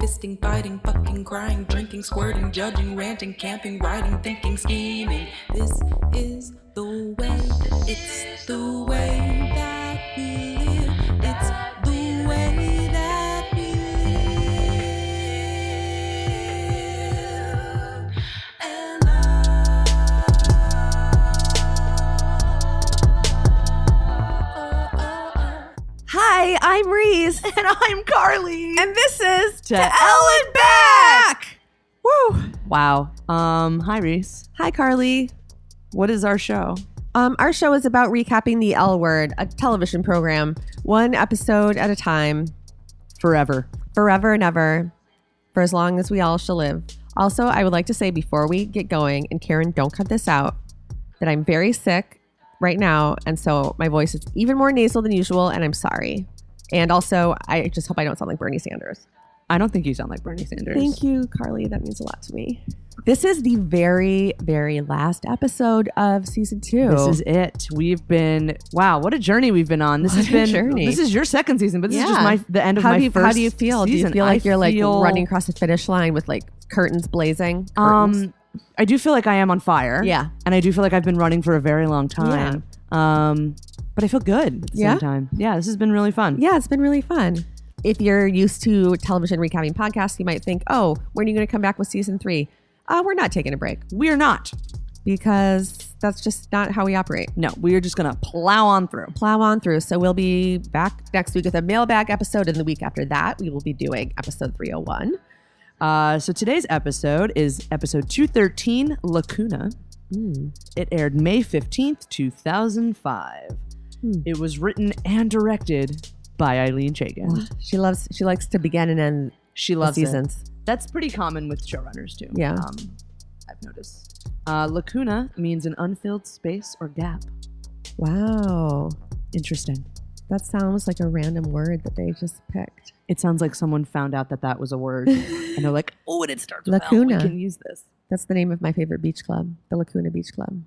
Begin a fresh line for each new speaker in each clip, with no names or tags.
fisting, biting, fucking, crying, drinking, squirting, judging, ranting, camping, writing, thinking, scheming. This is the way. It's the way that we live. It's the way that we live. And Oh, I.
Hi, I'm Reese.
And I'm Carly.
And this is To,
Ellen
Ellen Back. Woo.
wow. Um, hi Reese.
Hi, Carly.
What is our show?
Um, our show is about recapping the L word, a television program, one episode at a time,
Forever.
forever and ever, for as long as we all shall live. Also, I would like to say before we get going, and Karen, don't cut this out, that I'm very sick right now. And so my voice is even more nasal than usual, and I'm sorry. And also, I just hope I don't sound like Bernie Sanders.
I don't think you sound like Bernie Sanders.
Thank you, Carly. That means a lot to me. This is the very, very last episode of season two.
This is it. We've been wow, what a journey we've been on. This
What
has
a
been
journey.
This is your second season, but this is just
Yeah.
my the end of
how
my
do you,
first.
How do you feel? Do
season.
you feel
I
like you're like
feel-
running across the finish line with like curtains blazing? Curtains?
Um, I do feel like I am on fire.
Yeah.
and I do feel like I've been running for a very long time. Um, but I feel good at the
Yeah?
same time. Yeah, this has been really fun.
yeah, it's been really fun. If you're used to television recapping podcasts, you might think, oh, when are you going to come back with season three? Uh, we're not taking a break
We're not.
because that's just not how we operate.
No, we are just gonna plow on through.
plow on through. So we'll be back next week with a mailbag episode, and the week after that, we will be doing episode 301.
Uh, so today's episode is episode 213, Lacuna.
Hmm.
It aired May 15th, 2005.
Hmm.
It was written and directed by Eileen Chagan.
She loves she likes to begin and end
She
the
loves it.
seasons.
That's pretty common with showrunners, too.
Yeah.
Um, I've noticed. Uh, lacuna means an unfilled space or gap.
Wow.
Interesting.
That sounds like a random word that they just picked.
It sounds like someone found out that that was a word and they're like, oh, and it starts with L.
Lacuna.
We can use this.
That's the name of my favorite beach club, the Lacuna Beach Club.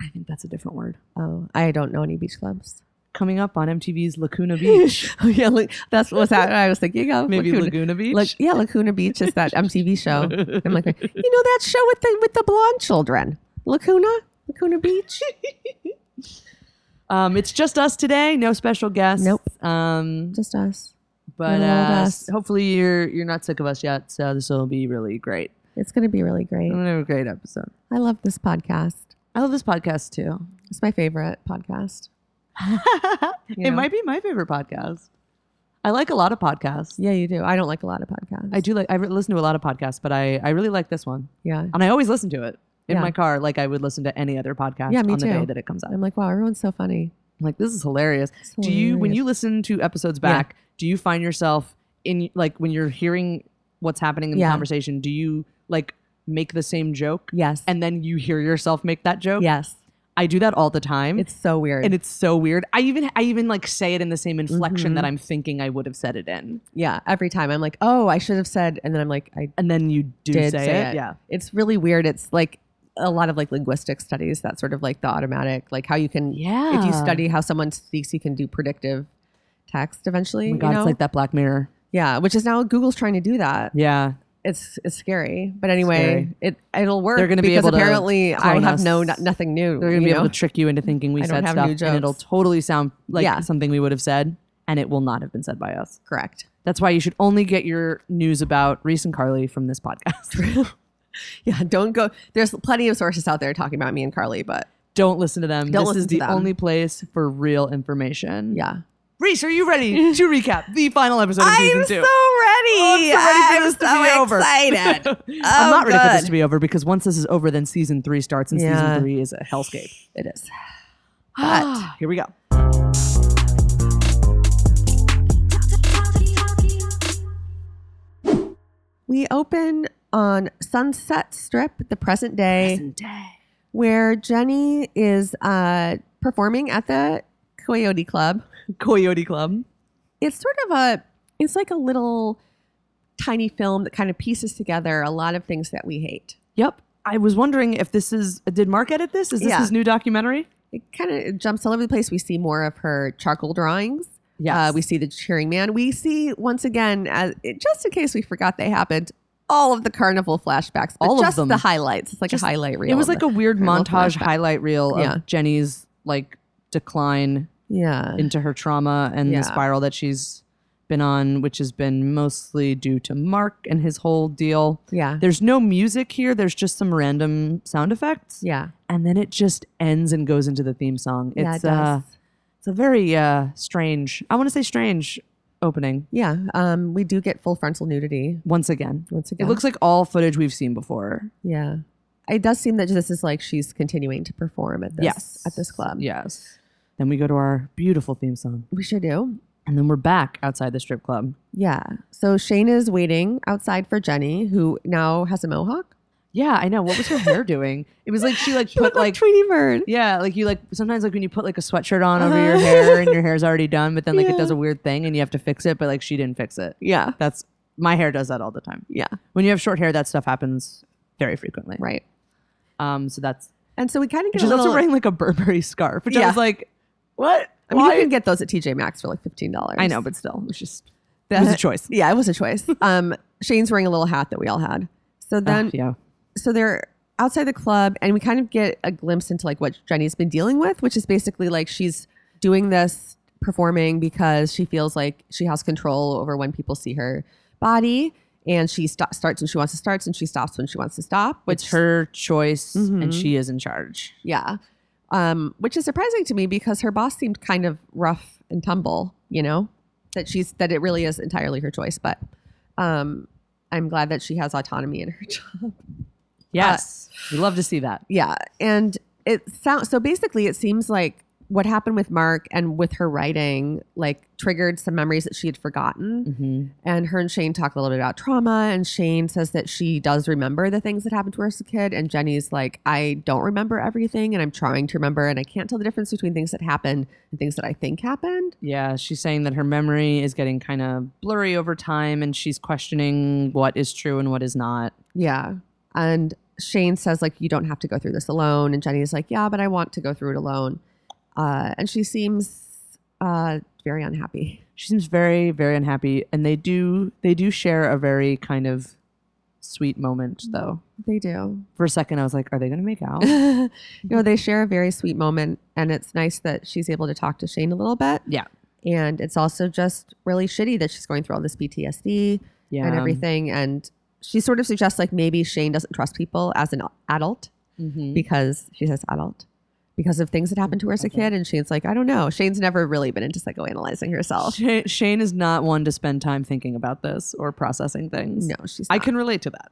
I think that's a different word.
Oh, I don't know any beach clubs.
Coming up on MTV's Lacuna Beach.
oh, yeah, look, that's what that I was thinking of.
Maybe
Lacuna.
Laguna Beach.
Like, yeah, Lacuna Beach is that MTV show. I'm like, you know that show with the with the blonde children, Lacuna, Lacuna Beach.
Um, it's just us today. No special guests.
Nope.
Um,
Just us.
but
little
uh,
old us.
hopefully you're you're not sick of us yet. So this will be really great.
It's going to be really great.
We're gonna have a great episode.
I love this podcast.
I love this podcast too.
It's my favorite podcast.
it might be my favorite podcast. I like a lot of podcasts.
Yeah, you do. I don't like a lot of podcasts.
I do like. I re- listen to a lot of podcasts, but I I really like this one,
Yeah.
and I always listen to it in
Yeah.
my car, like I would listen to any other podcast
Yeah, me
on the day
too.
that it comes out. I'm
I'm like, wow, everyone's so funny.
like, this is hilarious. Do you when you listen to episodes
Yeah.
back, do you find yourself in like when you're hearing what's happening in
Yeah.
the conversation, do you like make the same joke
Yes.
and then you hear yourself make that joke?
yes.
I do that all the time.
It's so weird.
and it's so weird. I even I even like say it in the same inflection
Mhm.
that I'm thinking I would have said it in.
yeah. Every time I'm like, oh, I should have said, and then I'm like, I
And then you do
did
say, it. Yeah.
It's really weird. It's like a lot of like linguistic studies. That's sort of like the automatic, like how you can,
Yeah.
if you study how someone speaks, you can do predictive text eventually.
Oh my
you
god,
know?
it's like that Black Mirror.
yeah, which is now Google's trying to do that.
Yeah.
it's it's scary. But anyway,
Scary.
it it'll work.
They're gonna be
because
able to
apparently I
clone
have no
us.
nothing new.
They're gonna
you
be able
know?
to trick you into thinking we
I don't
said
have
stuff
new
and it'll
jokes.
totally sound like
Yeah.
something we would have said and it will not have been said by us.
correct.
That's why you should only get your news about Reese and Carly from this podcast.
Yeah, don't go. There's plenty of sources out there talking about me and Carly, but
Don't listen to them.
Don't
this
listen
is
to
the
them.
only place for real information.
yeah,
Reese, are you ready to recap the final episode of season two?
ready.
Oh, I'm so ready for this to be over. I'm
Oh,
not ready for this
good.
to be over because once this is over, then season three starts, and
Yeah.
season three is a hellscape.
It is. But
Here we go.
we open on Sunset Strip, the present day, where Jenny is uh, performing at the Coyote Club.
Coyote Club.
it's sort of a it's like a little tiny film that kind of pieces together a lot of things that we hate
Yep. I was wondering if this is did Mark edit this? Is this
Yeah.
his new documentary?
it kind of jumps all over the place we see more of her charcoal drawings
Yes.
Uh, we see the cheering man. We see once again, as, it- just in case we forgot they happened, all of the carnival flashbacks, but
All of
just
them.
the highlights. It's like
Just-
a highlight reel.
it was
of
like a weird
Colonel
montage
flashback.
highlight reel of
Yeah.
Jenny's like decline
yeah,
into her trauma and
Yeah.
the spiral that she's been on, which has been mostly due to Mark and his whole deal.
yeah,
There's no music here. There's just some random sound effects.
yeah.
And then it just ends and goes into the theme song.
Yeah,
It's
it
uh
does.
it's a very uh strange I want to say strange opening
yeah. Um, we do get full frontal nudity
once again.
once again.
It looks like all footage we've seen before.
yeah. It does seem that this is like she's continuing to perform at this
yes.
at this club.
Yes. Then we go to our beautiful theme song.
we sure do.
And then we're back outside the strip club.
Yeah. So Shane is waiting outside for Jenny, who now has a mohawk.
Yeah, I know. What was her hair doing? It was like she like put like
Tweety Bird.
yeah, like you like sometimes like when you put like a sweatshirt on over
Uh-huh.
your hair and your hair's already done, but then like
Yeah.
it does a weird thing and you have to fix it, but like she didn't fix it.
Yeah.
That's my hair does that all the time.
Yeah.
When you have short hair, that stuff happens very frequently.
Right.
Um. So that's
And so we kind of get
she's
a little.
also wearing like a Burberry scarf, which I
Yeah.
was like, what?
I mean,
Why?
you can get those at TJ Maxx for like fifteen dollars.
I know, but still, it's just that was a choice.
yeah, it was a choice. um, Shane's wearing a little hat that we all had. So then,
Ugh, yeah.
so they're outside the club, and we kind of get a glimpse into like what Jenny's been dealing with, which is basically like she's doing this performing because she feels like she has control over when people see her body, and she sto- starts when she wants to start, and she stops when she wants to stop. Which
It's her choice, and
Mhm.
she is in charge.
Yeah. Um, which is surprising to me because her boss seemed kind of rough and tumble, you know, that she's that it really is entirely her choice. But um, I'm glad that she has autonomy in her job.
Yes, we love to see that.
Yeah. And it sounds so basically, it seems like what happened with Mark and with her writing, like triggered some memories that she had forgotten.
Mm-hmm.
And her and Shane talk a little bit about trauma. And Shane says that she does remember the things that happened to her as a kid. And Jenny's like, I don't remember everything. And I'm trying to remember. And I can't tell the difference between things that happened and things that I think happened.
Yeah, she's saying that her memory is getting kind of blurry over time and she's questioning what is true and what is not.
Yeah. And Shane says, like, you don't have to go through this alone. And Jenny's like, yeah, but I want to go through it alone. Uh, and she seems uh, very unhappy.
She seems very very unhappy and they do they do share a very kind of sweet moment though.
They do.
For a second I was like are they going to make out?
you know, they share a very sweet moment. And it's nice that she's able to talk to Shane a little bit.
yeah.
and it's also just really shitty that she's going through all this PTSD
Yeah.
and everything. And she sort of suggests like maybe Shane doesn't trust people as an adult
Mhm.
because she says adult because of things that happened to her as a kid. And Shane's like, I don't know. Shane's never really been into psychoanalyzing herself.
Sha- Shane is not one to spend time thinking about this or processing things.
No, she's.
I
not.
can relate to that.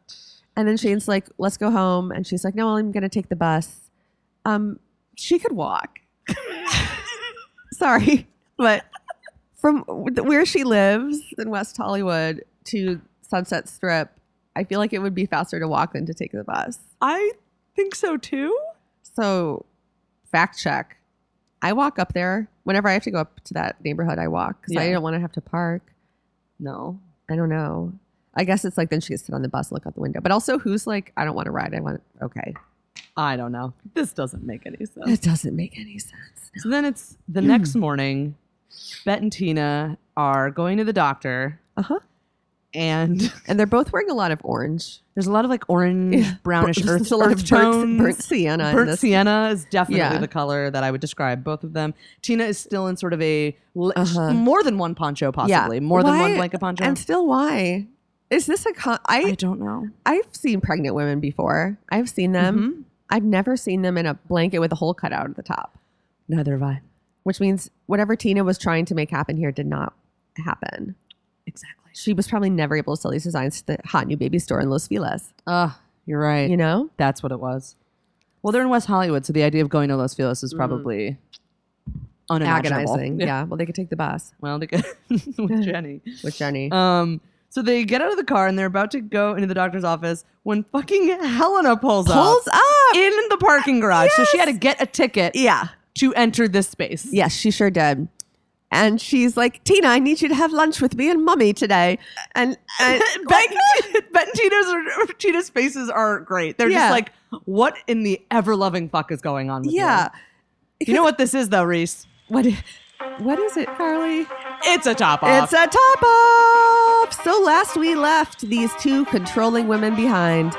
And then Shane's like, let's go home. And she's like, no, I'm going to take the bus. Um, she could walk. Sorry, but from where she lives in West Hollywood to Sunset Strip, I feel like it would be faster to walk than to take the bus.
I think so too.
So, fact check. I walk up there whenever I have to go up to that neighborhood. I walk because I
Yeah.
don't want to have to park.
No.
I don't know. I guess it's like then she gets to sit on the bus, and look out the window. But also, who's like, I don't want to ride. I want okay.
I don't know. This doesn't make any sense.
That doesn't make any sense.
So then it's the next
Mm.
morning. Bet and Tina are going to the doctor,
Uh huh.
and
And they're both wearing a lot of orange,
there's a lot of like orange,
Yeah.
brownish,
There's
earth,
a lot
earth
of
tones.
burnt, burnt sienna. in
Burnt
this.
sienna is definitely
Yeah.
the color that I would describe both of them. Tina is still in sort of a li-
Uh-huh.
more than one poncho, possibly more than one
Why-
blanket poncho.
And still, why is this a con?
I
I Mm-hmm.
don't know.
I've seen pregnant women before. I've seen them.
Mhm.
I've never seen them in a blanket with a hole cut out at the top,
Neither have I.
which means whatever Tina was trying to make happen here did not happen.
Exactly.
She was probably never able to sell these designs to the hot new baby store in Los Feliz.
Ah, you're right.
You know,
That's what it was. Well, they're in West Hollywood, so the idea of going to Los Feliz is probably unimaginable.
Mm. agonizing. yeah. Well, they could take the bus
Well, they go with Jenny.
with Jenny.
Um, so they get out of the car and they're about to go into the doctor's office when fucking Helena pulls,
Pulls
up,
up.
in the parking garage. So she had to get a ticket
yeah.
to enter this space.
Yes, she sure did. And she's like, Tina, I need you to have lunch with me and mummy today. And, and
Bet, Bet and Tina's, are- Tina's faces are great. They're
Yeah.
just like, what in the ever loving fuck is going on with you?
yeah.
You know what this is, though, Reese?
What what is it, Carly?
It's a top off.
It's a top off. So last we left these two controlling women behind.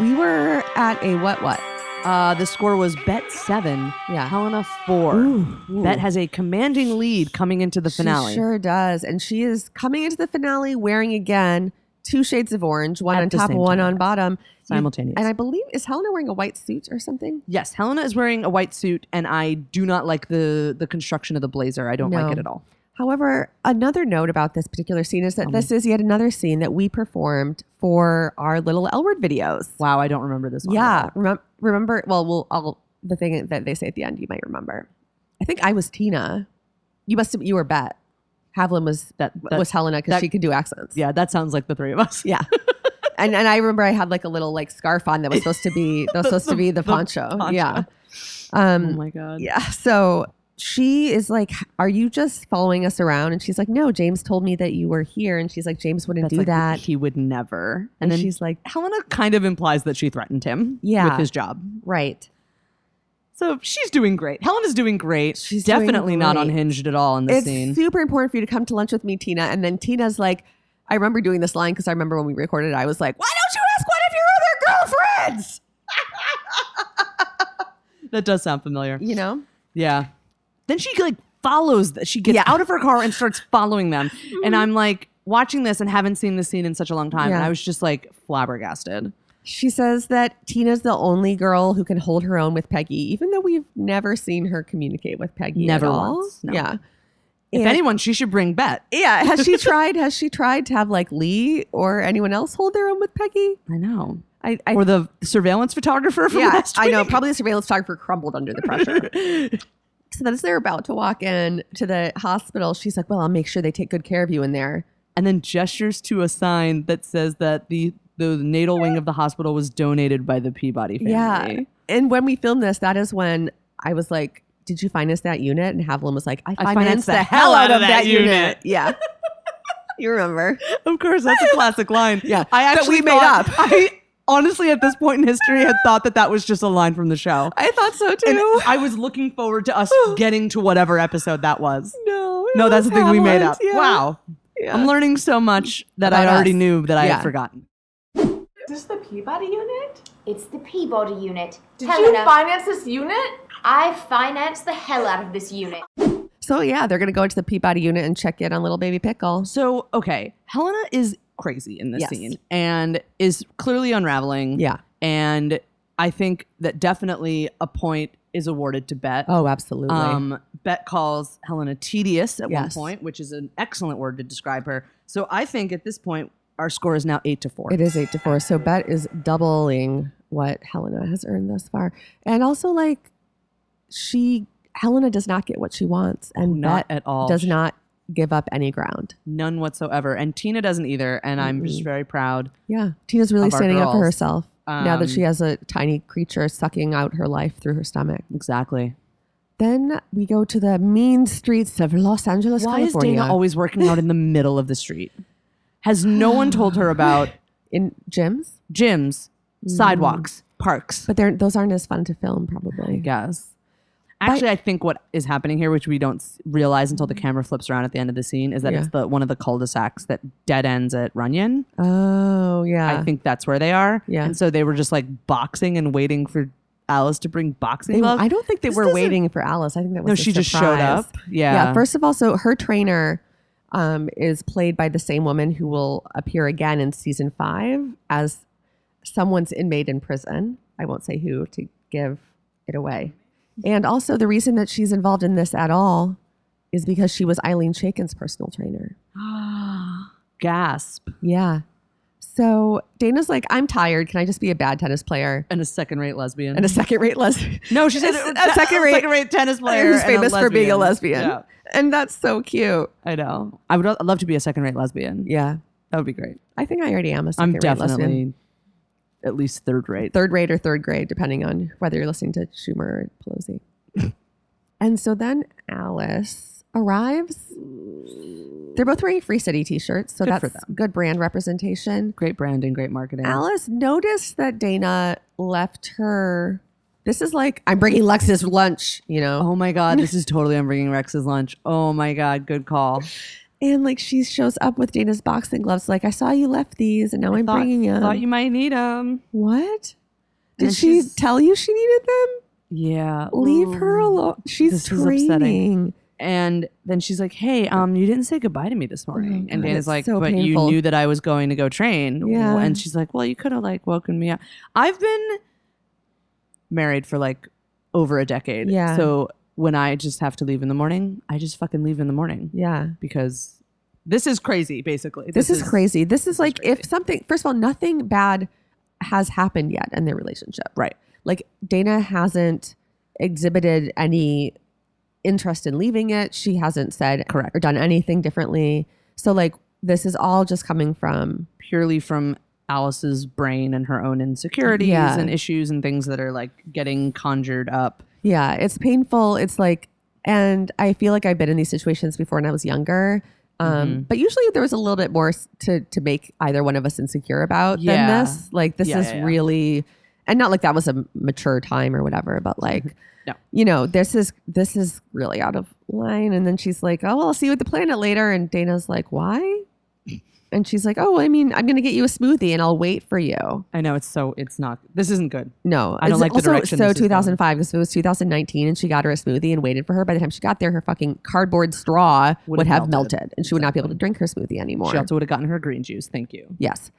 We were at a what what?
uh, the score was Bet seven,
Yeah.
Helena four.
Ooh, ooh.
Bet has a commanding lead coming into the finale.
She sure does. And she is coming into the finale wearing again two shades of orange, one
At
on
the
top,
same
one
time.
on bottom. You-
Simultaneous.
and I believe is Helena wearing a white suit or something?
Yes, Helena is wearing a white suit, and I do not like the the construction of the blazer. I don't
No.
like it at all.
However, another note about this particular scene is that
Tell me.
this is yet another scene that we performed for our little L word videos.
Wow, I don't remember this one. at
Yeah,
all.
remember, remember. Well, we'll all the thing that they say at the end. You might remember. I think I was Tina. You must have. You were Bet. Havlin was
that, that
was Helena because
that-
she could do accents.
yeah, that sounds like the three of us.
Yeah. and and I remember I had like a little like scarf on that was supposed to be that was
The-
supposed to be the,
the
poncho.
poncho.
Yeah.
Oh
Um.
my god.
yeah. So she is like, "Are you just following us around?" And she's like, "No, James told me that you were here." And she's like, "James wouldn't
That's
do
like,
that."
He would never.
And,
And, then
she's like,
Helena kind of implies that she threatened him.
Yeah.
With his job.
"Right."
So she's doing great. Helena's doing great.
She's doing
definitely not
great.
unhinged at all in this
it's
scene.
super important for you to come to lunch with me, Tina. And then Tina's like, I remember doing this line because I remember when we recorded it, I was like, why don't you ask one of your other girlfriends?
that does sound familiar.
You know?
Yeah. Then she like follows. th- She gets
Yeah. Mm-hmm.
out of her car and starts following them. and I'm like watching this and haven't seen this scene in such a long time. And
Yeah.
I was just like flabbergasted.
She says that Tina's the only girl who can hold her own with Peggy, even though we've never seen her communicate with Peggy.
Never
at all.
once, no.
Yeah.
If
And-
anyone, she should bring Bet.
yeah, has she tried? Has she tried to have like Lee or anyone else hold their own with Peggy?
I know.
I, I
or the surveillance photographer from
yeah,
last
I know.
week.
Probably the surveillance photographer crumbled under the pressure. so then, as they're about to walk in to the hospital, she's like, "Well, I'll make sure they take good care of you in there."
and then gestures to a sign that says that the the natal wing of the hospital was donated by the Peabody family.
Yeah. And when we filmed this, that is when I was like, Did you finance that unit? And Havlin was like, I financed, the, hell out of that, unit. Yeah. you remember.
Of course, that's a classic line.
Yeah,
I
that
actually
we made
thought-
up.
I honestly, at this point in history, had thought that that was just a line from the show.
I thought so too.
And I was looking forward to us getting to whatever episode that was.
no.
No, that's the thing we made up. Wow.
Yeah.
I'm learning so much that I
About
already
us.
knew that I
Yeah.
had forgotten.
Is this the Peabody unit?
It's the Peabody unit.
Did
Helena,
you finance this unit?
I financed the hell out of this unit.
so yeah, they're gonna go into the Peabody unit and check in on little baby pickle.
So, okay, Helena is crazy in this
Yes.
scene and is clearly unraveling.
Yeah.
And I think that definitely a point is awarded to Bet.
Oh, absolutely.
Um, Bet calls Helena tedious at
Yes.
one point, which is an excellent word to describe her. So I think at this point, our score is now eight to four.
it is eight to four. So Bet is doubling what Helena has earned thus far. And also like she Helena does not get what she wants. And
not
Bet
at all.
does Oh, not give up any ground.
none whatsoever. And Tina doesn't either. And I'm just very proud.
Yeah. Tina's really
of our
standing up for
girls.
herself now that
Um,
she has a tiny creature sucking out her life through her stomach.
Exactly.
Then we go to the mean streets of Los Angeles,
Why is
California.
Dana always working out in the middle of the street? Has no one told her about
in gyms?
gyms, sidewalks, parks?
But they're, those aren't as fun to film, probably.
Yes. Actually, I think what is happening here, which we don't s- realize until the camera flips around at the end of the scene, is that
Mm-hmm. Yeah.
it's the one of the cul-de-sacs that dead ends at Runyon.
Oh, yeah.
I think that's where they are.
Yeah.
And so they were just like boxing and waiting for Alice to bring boxing
They-
gloves.
I don't think they
This
were
doesn't-
waiting for Alice. I think that was
No,
a
she just showed
surprise.
up. Yeah.
yeah. First of all, so her trainer um, is played by the same woman who will appear again in season five as someone's inmate in prison. I won't say who to give it away. And also, the reason that she's involved in this at all is because she was Eileen Shakin's personal trainer.
gasp
Yeah. So Dana's like, I'm tired. Can I just be a bad tennis player
and a second-rate lesbian.
and a second rate lesbian?
no, she said
a- a
that-
second-rate
second-rate tennis player
Who's
and a
famous for being a lesbian.
Yeah,
And that's so cute.
I know. I would lo- love to be a second-rate lesbian.
Yeah.
That would be great.
I think I already am a
I'm
second rate
definitely
lesbian.
at least third-rate.
third grade or third grade, depending on whether you're listening to Schumer or Pelosi. and so then Alice arrives. They're both wearing Free City t-shirts, so
Good
that's
for them.
good brand representation.
Great branding, great marketing.
Alice noticed that Dana left her. This is like I'm bringing Lex's lunch, you know.
Oh my God, this is totally I'm bringing Rex's lunch. Oh my God, Oh good call.
And like she shows up with Dana's boxing gloves. Like I saw you left these, and now I am
Thought-
bringing them.
Thought you might need them.
what?
And
Did she
she's-
tell you she needed them?
Yeah.
Leave her alone. She's
this is upsetting.
screaming.
And then she's like, "Hey, um, you didn't say goodbye to me this morning."
Oh God,
and Dana's
it's
like,
so
"But
painful."
you knew that I was going to go train."
Yeah.
And she's like, "Well, you could have like woken me up." I've been married for like over a decade.
Yeah.
So when I just have to leave in the morning, I just fucking leave in the morning
Yeah.
because this is crazy. Basically,
This, is, crazy. This is like if
crazy.
something, first of all, nothing bad has happened yet in their relationship.
Right.
Like Dana hasn't exhibited any interest in leaving it. She hasn't said
Correct.
or done anything differently. So, like, this is all just coming from
purely from Alice's brain and her own insecurities
Yeah.
and issues and things that are like getting conjured up.
Yeah, it's painful. It's like, and I feel like I've been in these situations before when I was younger. Um,
Mm-hmm.
But usually there was a little bit more s- to to make either one of us insecure about
Yeah.
than this. Like this
Yeah,
is
yeah, yeah.
really, and not like that was a mature time or whatever, but like,
Mm-hmm. No.
you know, this is this is really out of line. And then she's like, "Oh, well, I'll see you at the planet later." And Dana's like, "Why?" And she's like, "Oh, well, I mean, I'm gonna get you a smoothie and I'll wait for you."
I know it's so it's not this isn't good.
No,
I don't
It's
like the
also
direction
so
this is going.
2005 because if it was 2019 and she got her a smoothie and waited for her. By the time she got there, her fucking cardboard straw would,
Would have
have melted,
melted.
and she would not be able to drink her smoothie anymore.
She also would have gotten her green juice. Thank you.
yes,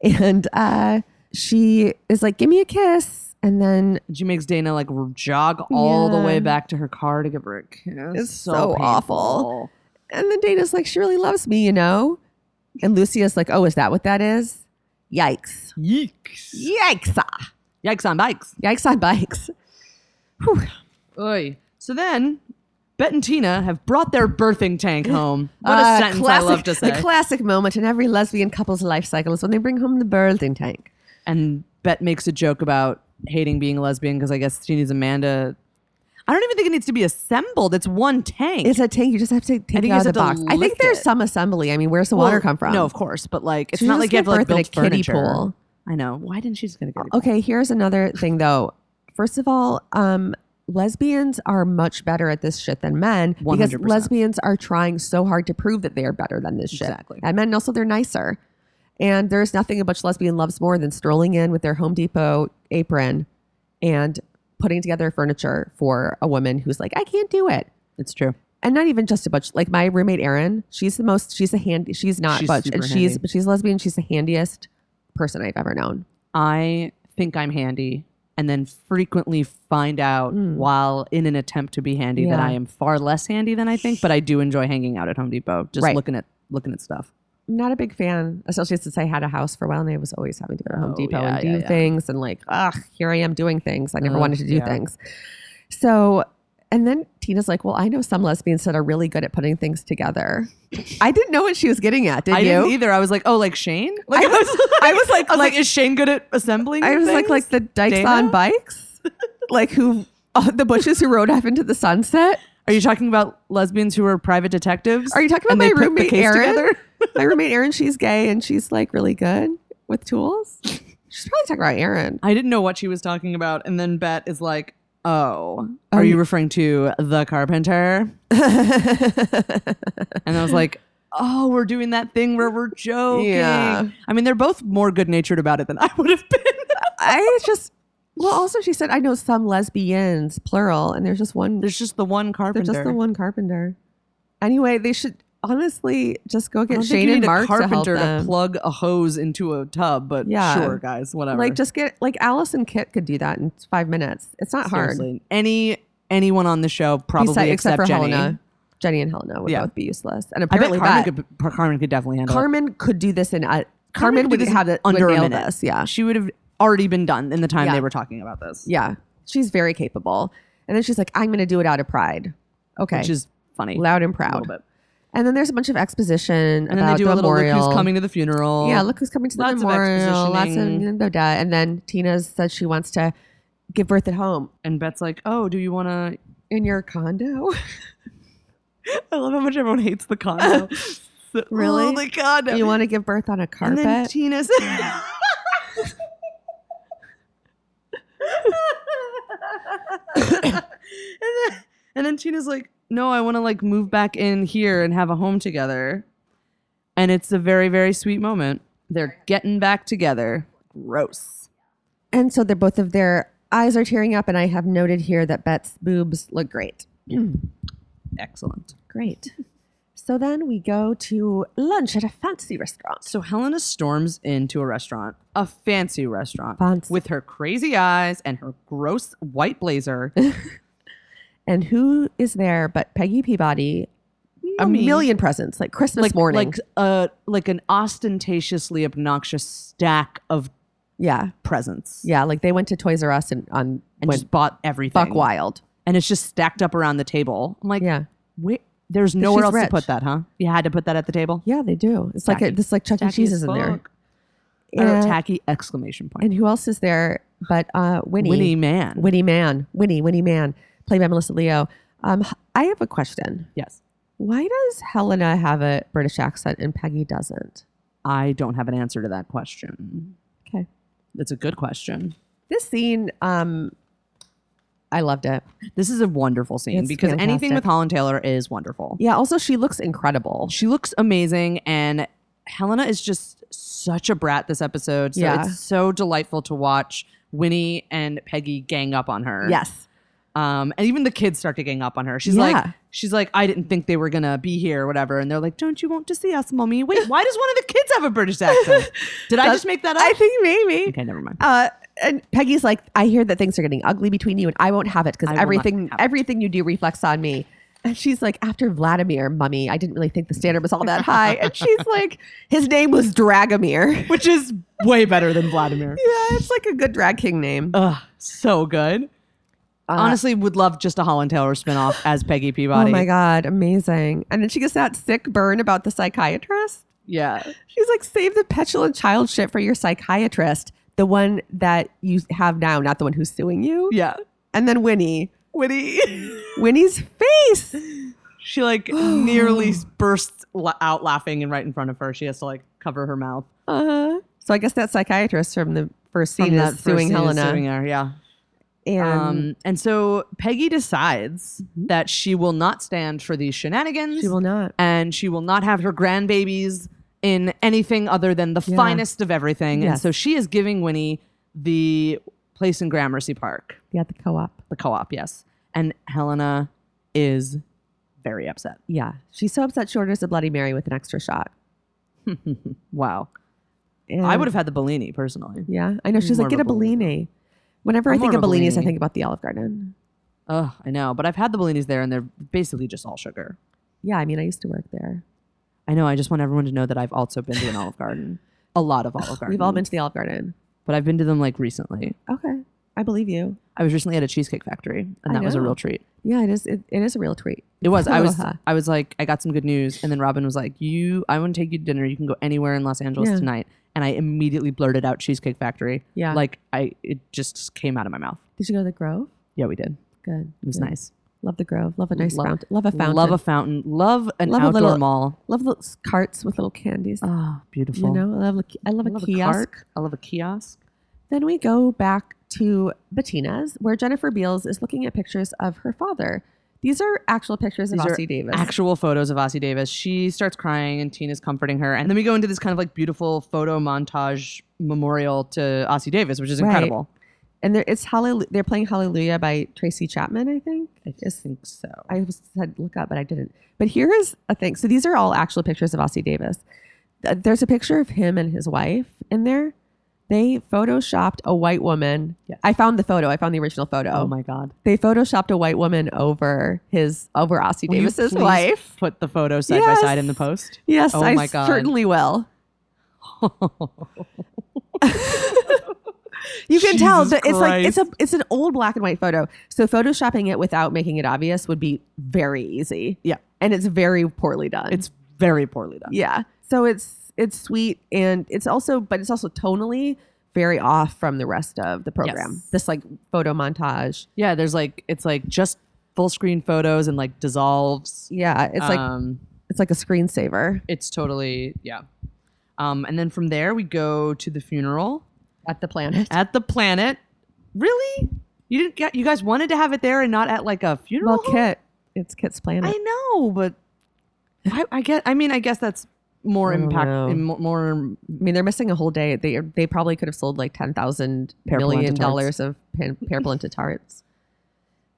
and uh, she is like, "Give me a kiss," and then
She makes Dana like r- jog all the
Yeah.
way back to her car to give her a kiss.
It's so awful.
painful.
and then Dana's like, "She really loves me," you know, and Lucia's like, "Oh, is that what that is?" Yikes!
Yikes!
Yikes!
Yikes on bikes.
Yikes on bikes.
Oy. So then, Bet and Tina have brought their birthing tank home. What
Uh,
a sentence
classic,
I love to say.
A classic moment in every lesbian couple's life cycle is when they bring home the birthing tank.
and Bet makes a joke about hating being a lesbian because I guess she needs Amanda. I don't even think it needs to be assembled. It's one tank.
It's a tank. You just have to take
think
it
you
out of
just
the
have
box.
to
I think
lift
there's
it.
some assembly. I mean, where's the water
Well,
come from?
No, of course, but like it's
She
not
just
like you have to
gave
like
birth in
build
a kiddie
furniture.
pool. Oh.
I know. Why didn't she just get a kiddie pool?
Okay, here's another thing though. First of all, um, lesbians are much better at this shit than men because
100%.
lesbians are trying so hard to prove that they are better than this shit.
Exactly.
And men also they're nicer. And there's nothing a butch lesbian loves more than strolling in with their Home Depot apron and putting together furniture for a woman who's like, I can't do it.
It's true.
and not even just a butch. Like my roommate Erin, she's the most. She's a handy. She's not
She's
butch,
super
and she's
handy.
but she's lesbian. She's the handiest person I've ever known.
I think I'm handy and then frequently find out
Mm.
while in an attempt to be handy that
Yeah.
I am far less handy than I think, but I do enjoy hanging out at Home Depot just
Right.
looking at looking at stuff.
I'm not a big fan, especially since I had a house for a while and I was always having to go to Home
Oh,
Depot
yeah,
and do
yeah, yeah.
things and like, ugh, here I am doing things. I never
Ugh,
wanted to do
yeah.
things. So, and then Tina's like, well, I know some lesbians that are really good at putting things together. I didn't know what she was getting at. Did
I
you?
didn't either. I was like, oh, like Shane? Like
I was, I was like,
I was like,
like,
is Shane good at assembling?
I was like, like
things?
the dykes
Dana?
on bikes, like who, uh, the bushes who rode off into the sunset.
Are you talking about lesbians who are private detectives?
Are you talking about
And they
my
put the
roommate
case
Erin?
together?
my roommate Erin, she's gay and she's like really good with tools. She's probably talking about Erin.
I didn't know what she was talking about, and then Bet is like, "Oh,
Oh,
are you
you-
referring to the carpenter?" And I was like, "Oh, we're doing that thing where we're joking."
Yeah.
I mean, they're both more good natured about it than I would have been.
I just well, also she said I know some lesbians, plural, and there's just one.
There's just the one carpenter.
There's just the one carpenter. Anyway, they should honestly just go
I
get
don't think
Shane
you
and
need
Mark
a carpenter
to
to,
help them.
plug a hose into a tub, but
Yeah.
sure, guys, whatever.
like just get like Alice and Kit could do that in five minutes. It's not hard.
Seriously. Any anyone on the show probably
Besi-
except,
for
Jenny.
Helena. Jenny and Helena would
Yeah.
both be useless. And
I bet
apparently
Carmen
that-
could, Carmen could definitely handle it.
Carmen could do this in a
Carmen
Carmen
could do
would
this in
have it
under
would
a
nail
minute.
this. Yeah.
She would have already been done in the time
Yeah.
they were talking about this.
Yeah. She's very capable. And then she's like, I'm going to do it out of pride. Okay.
Which is funny.
loud and
A
proud.
little bit.
And then there's a bunch of exposition
And then
about
they do
the
a little
memorial.
look who's coming to the funeral.
Yeah, look who's coming to the
Lots of
memorial. Lots of
expositioning.
da, da, da. and then Tina says she wants to give birth at home
And Bet's like, oh, do you want to?
in your condo.
I love how much everyone hates the condo. The-
Really?
Oh, the condo.
you want to give birth on a
and
carpet?
then Tina's. and, then, and then Tina's like, no, I want to like move back in here and have a home together. And it's a very, very sweet moment. They're getting back together. Gross.
And so they're both of their eyes are tearing up, and I have noted here that Bet's boobs look great.
Excellent.
Great. So then we go to lunch at a fancy restaurant.
So Helena storms into a restaurant, a fancy restaurant,
Fancy.
with her crazy eyes and her gross white blazer.
And who is there but Peggy Peabody? A
Mummy.
million presents, like Christmas
like
morning.
like a like an ostentatiously obnoxious stack of
yeah.
presents.
Yeah. Like they went to Toys R Us and on
and
went
just bought everything.
buck wild.
and it's just stacked up around the table. I'm like,
Yeah.
wait, there's nowhere
she's
else
rich.
to put that, huh? You had to put that at the table.
Yeah, they do. It's like a,
Tacky.
this like Chuck E.
Tacky
Cheese
as
is in there.
fuck. I wrote
Yeah.
tacky exclamation point.
And who else is there but uh, Winnie?
Winnie man.
Winnie Man. Winnie, Winnie Man, played by Melissa Leo. Um, h- I have a question.
Yes.
Why does Helena have a British accent and Peggy doesn't?
I don't have an answer to that question.
Okay.
That's a good question.
This scene, um, I loved it.
This is a wonderful scene
It's
because anything
fantastic.
with Holland Taylor is wonderful.
Yeah, also she looks incredible.
She looks amazing and Helena is just such a brat this episode. So
Yeah.
it's so delightful to watch Winnie and Peggy gang up on her.
Yes.
Um, and even the kids start to gang up on her. She's
Yeah.
like, she's like, I didn't think they were gonna be here, or whatever. And they're like, Don't you want to see us, mommy? Wait, why does one of the kids have a British accent? Did I just make that up?
I think maybe.
okay, never mind.
Uh, and Peggy's like, I hear that things are getting ugly between you, and I won't have it
I
because
will not
everything
have it."
everything you do reflects on me. And she's like, after Vladimir, mummy, I didn't really think the standard was all that high. And she's like, his name was Dragomir.
Which is way better than Vladimir.
Yeah, it's like a good drag king name. Uh,
Ugh, so good. Uh, Honestly, would love just a Holland Taylor spinoff as Peggy Peabody.
Oh my god, amazing! And then she gets that sick burn about the psychiatrist.
Yeah.
She's like, save the petulant child shit for your psychiatrist, the one that you have now, not the one who's suing you.
Yeah.
And then Winnie,
Winnie.
Winnie's face.
she like nearly bursts la- out laughing and right in front of her. She has to like cover her mouth.
Uh-huh. So I guess that psychiatrist from the first
From
scene
that
is
first
suing
scene is
Helena.
Suing her, yeah.
And Mm-hmm.
um, and so Peggy decides that she will not stand for these shenanigans.
she will not.
and she will not have her grandbabies in anything other than the
Yeah.
finest of everything. And
Yes.
so she is giving Winnie the place in Gramercy Park,
Yeah, the co-op.
the co-op, yes. And Helena is very upset.
Yeah. She's so upset she orders a Bloody Mary with an extra shot.
Wow.
And-
I would have had the Bellini personally.
Yeah. I know. She's like,
more of
get
a
a Bellini. Whenever i
I'm
think
more
of
of a
Bellinis, I
Bellini.
think about the Olive Garden.
Ugh, I know. But I've had the Bellinis there and they're basically just all sugar.
Yeah, I mean, I used to work there.
I know. I just want everyone to know that I've also been to an Olive Garden. A lot of Olive Garden.
We've all been to the Olive Garden.
but I've been to them like recently.
Okay, I believe you.
I was recently at a Cheesecake Factory,
I
and that was a
know.
real treat.
Yeah, it is. It, it is a real treat.
It was. I was.
Aloha.
I was like, I got some good news, and then Robin was like, "You, I want to take you to dinner. You can go anywhere in Los Angeles
Yeah.
tonight." And I immediately blurted out Cheesecake Factory.
Yeah.
like I, it just came out of my mouth.
Did you go to the Grove?
Yeah, we did.
Good.
It was
Good.
nice.
Love the Grove. Love a nice
Love-
fountain. Love a fountain.
Love a fountain. Love an
Love a
outdoor
little-
mall.
love those carts with little candies.
Oh, beautiful.
you know, I love. a- I love a
I love a
kiosk.
cart. I love a kiosk.
Then we go back to Bettina's, where Jennifer Beals is looking at pictures of her father. These are actual pictures of
These are
Ossie Davis.
Actual photos of Ossie Davis. She starts crying and Tina's comforting her. And then we go into this kind of like beautiful photo montage memorial to Ossie Davis, which is
Right.
incredible.
and they're, it's Hallelujah. They're playing Hallelujah by Tracy Chapman, I think. Is-
think so.
I was- said look up, but I didn't. But here is a thing. So these are all actual pictures of Ossie Davis. Th- There's a picture of him and his wife in there. They photoshopped a white woman.
Yes.
I found the photo. I found the original photo.
Oh my God.
They photoshopped a white woman over his over Ossie
Will you
Davis's
please
wife.
Put the photo side
Yes.
by side in the post.
Yes,
Oh
I
my God.
certainly will. You can tell
Jesus
that it's like it's a it's an old black and white photo. So photoshopping it without making it obvious would be very easy.
Yeah.
And it's very poorly done.
it's very poorly done.
yeah. So it's it's sweet and it's also but it's also tonally very off from the rest of the program.
Yes.
This like photo montage.
Yeah, there's like it's like just full screen photos and like dissolves.
Yeah, it's like
um,
it's like a screensaver
it's totally yeah. Um, and then from there we go to the funeral
at the planet.
at the planet. Really? You didn't get you guys wanted to have it there and not at like a funeral?
Well,
home?
Kit, it's Kit's planet.
I know, but I, I get I mean I guess that's more
I don't
impact,
know.
im- more
I mean, they're missing a whole day. They they probably could have sold like ten thousand
Parapolita
million
tarts.
dollars of pan- parapolita tarts.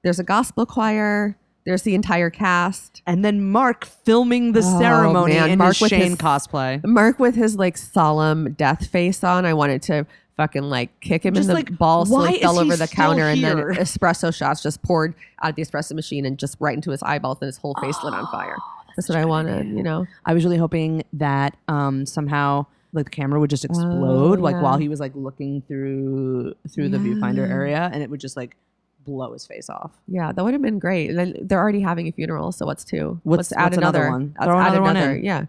There's a gospel choir. There's the entire cast.
and then Mark filming the
Oh,
ceremony
man,
in
Mark
his
with his-
Shane cosplay.
Mark with his like solemn death face on. I wanted to fucking like kick him
Just
in the
like,
balls so
why
he
is
fell
he
over the
still
counter and
here?
then espresso shots just poured out of the espresso machine and just right into his eyeballs and his whole face lit on fire. That's what I wanted, you know.
I was really hoping that um, somehow like the camera would just explode, like
yeah.
while he was like looking through through the viewfinder
Yeah.
area, and it would just like blow his face off.
Yeah, that would have been great. And then they're already having a funeral, so what's two? Let's
What's-
add
what's another
another,
one?
Let's
Throw
add
another one in.
Yeah,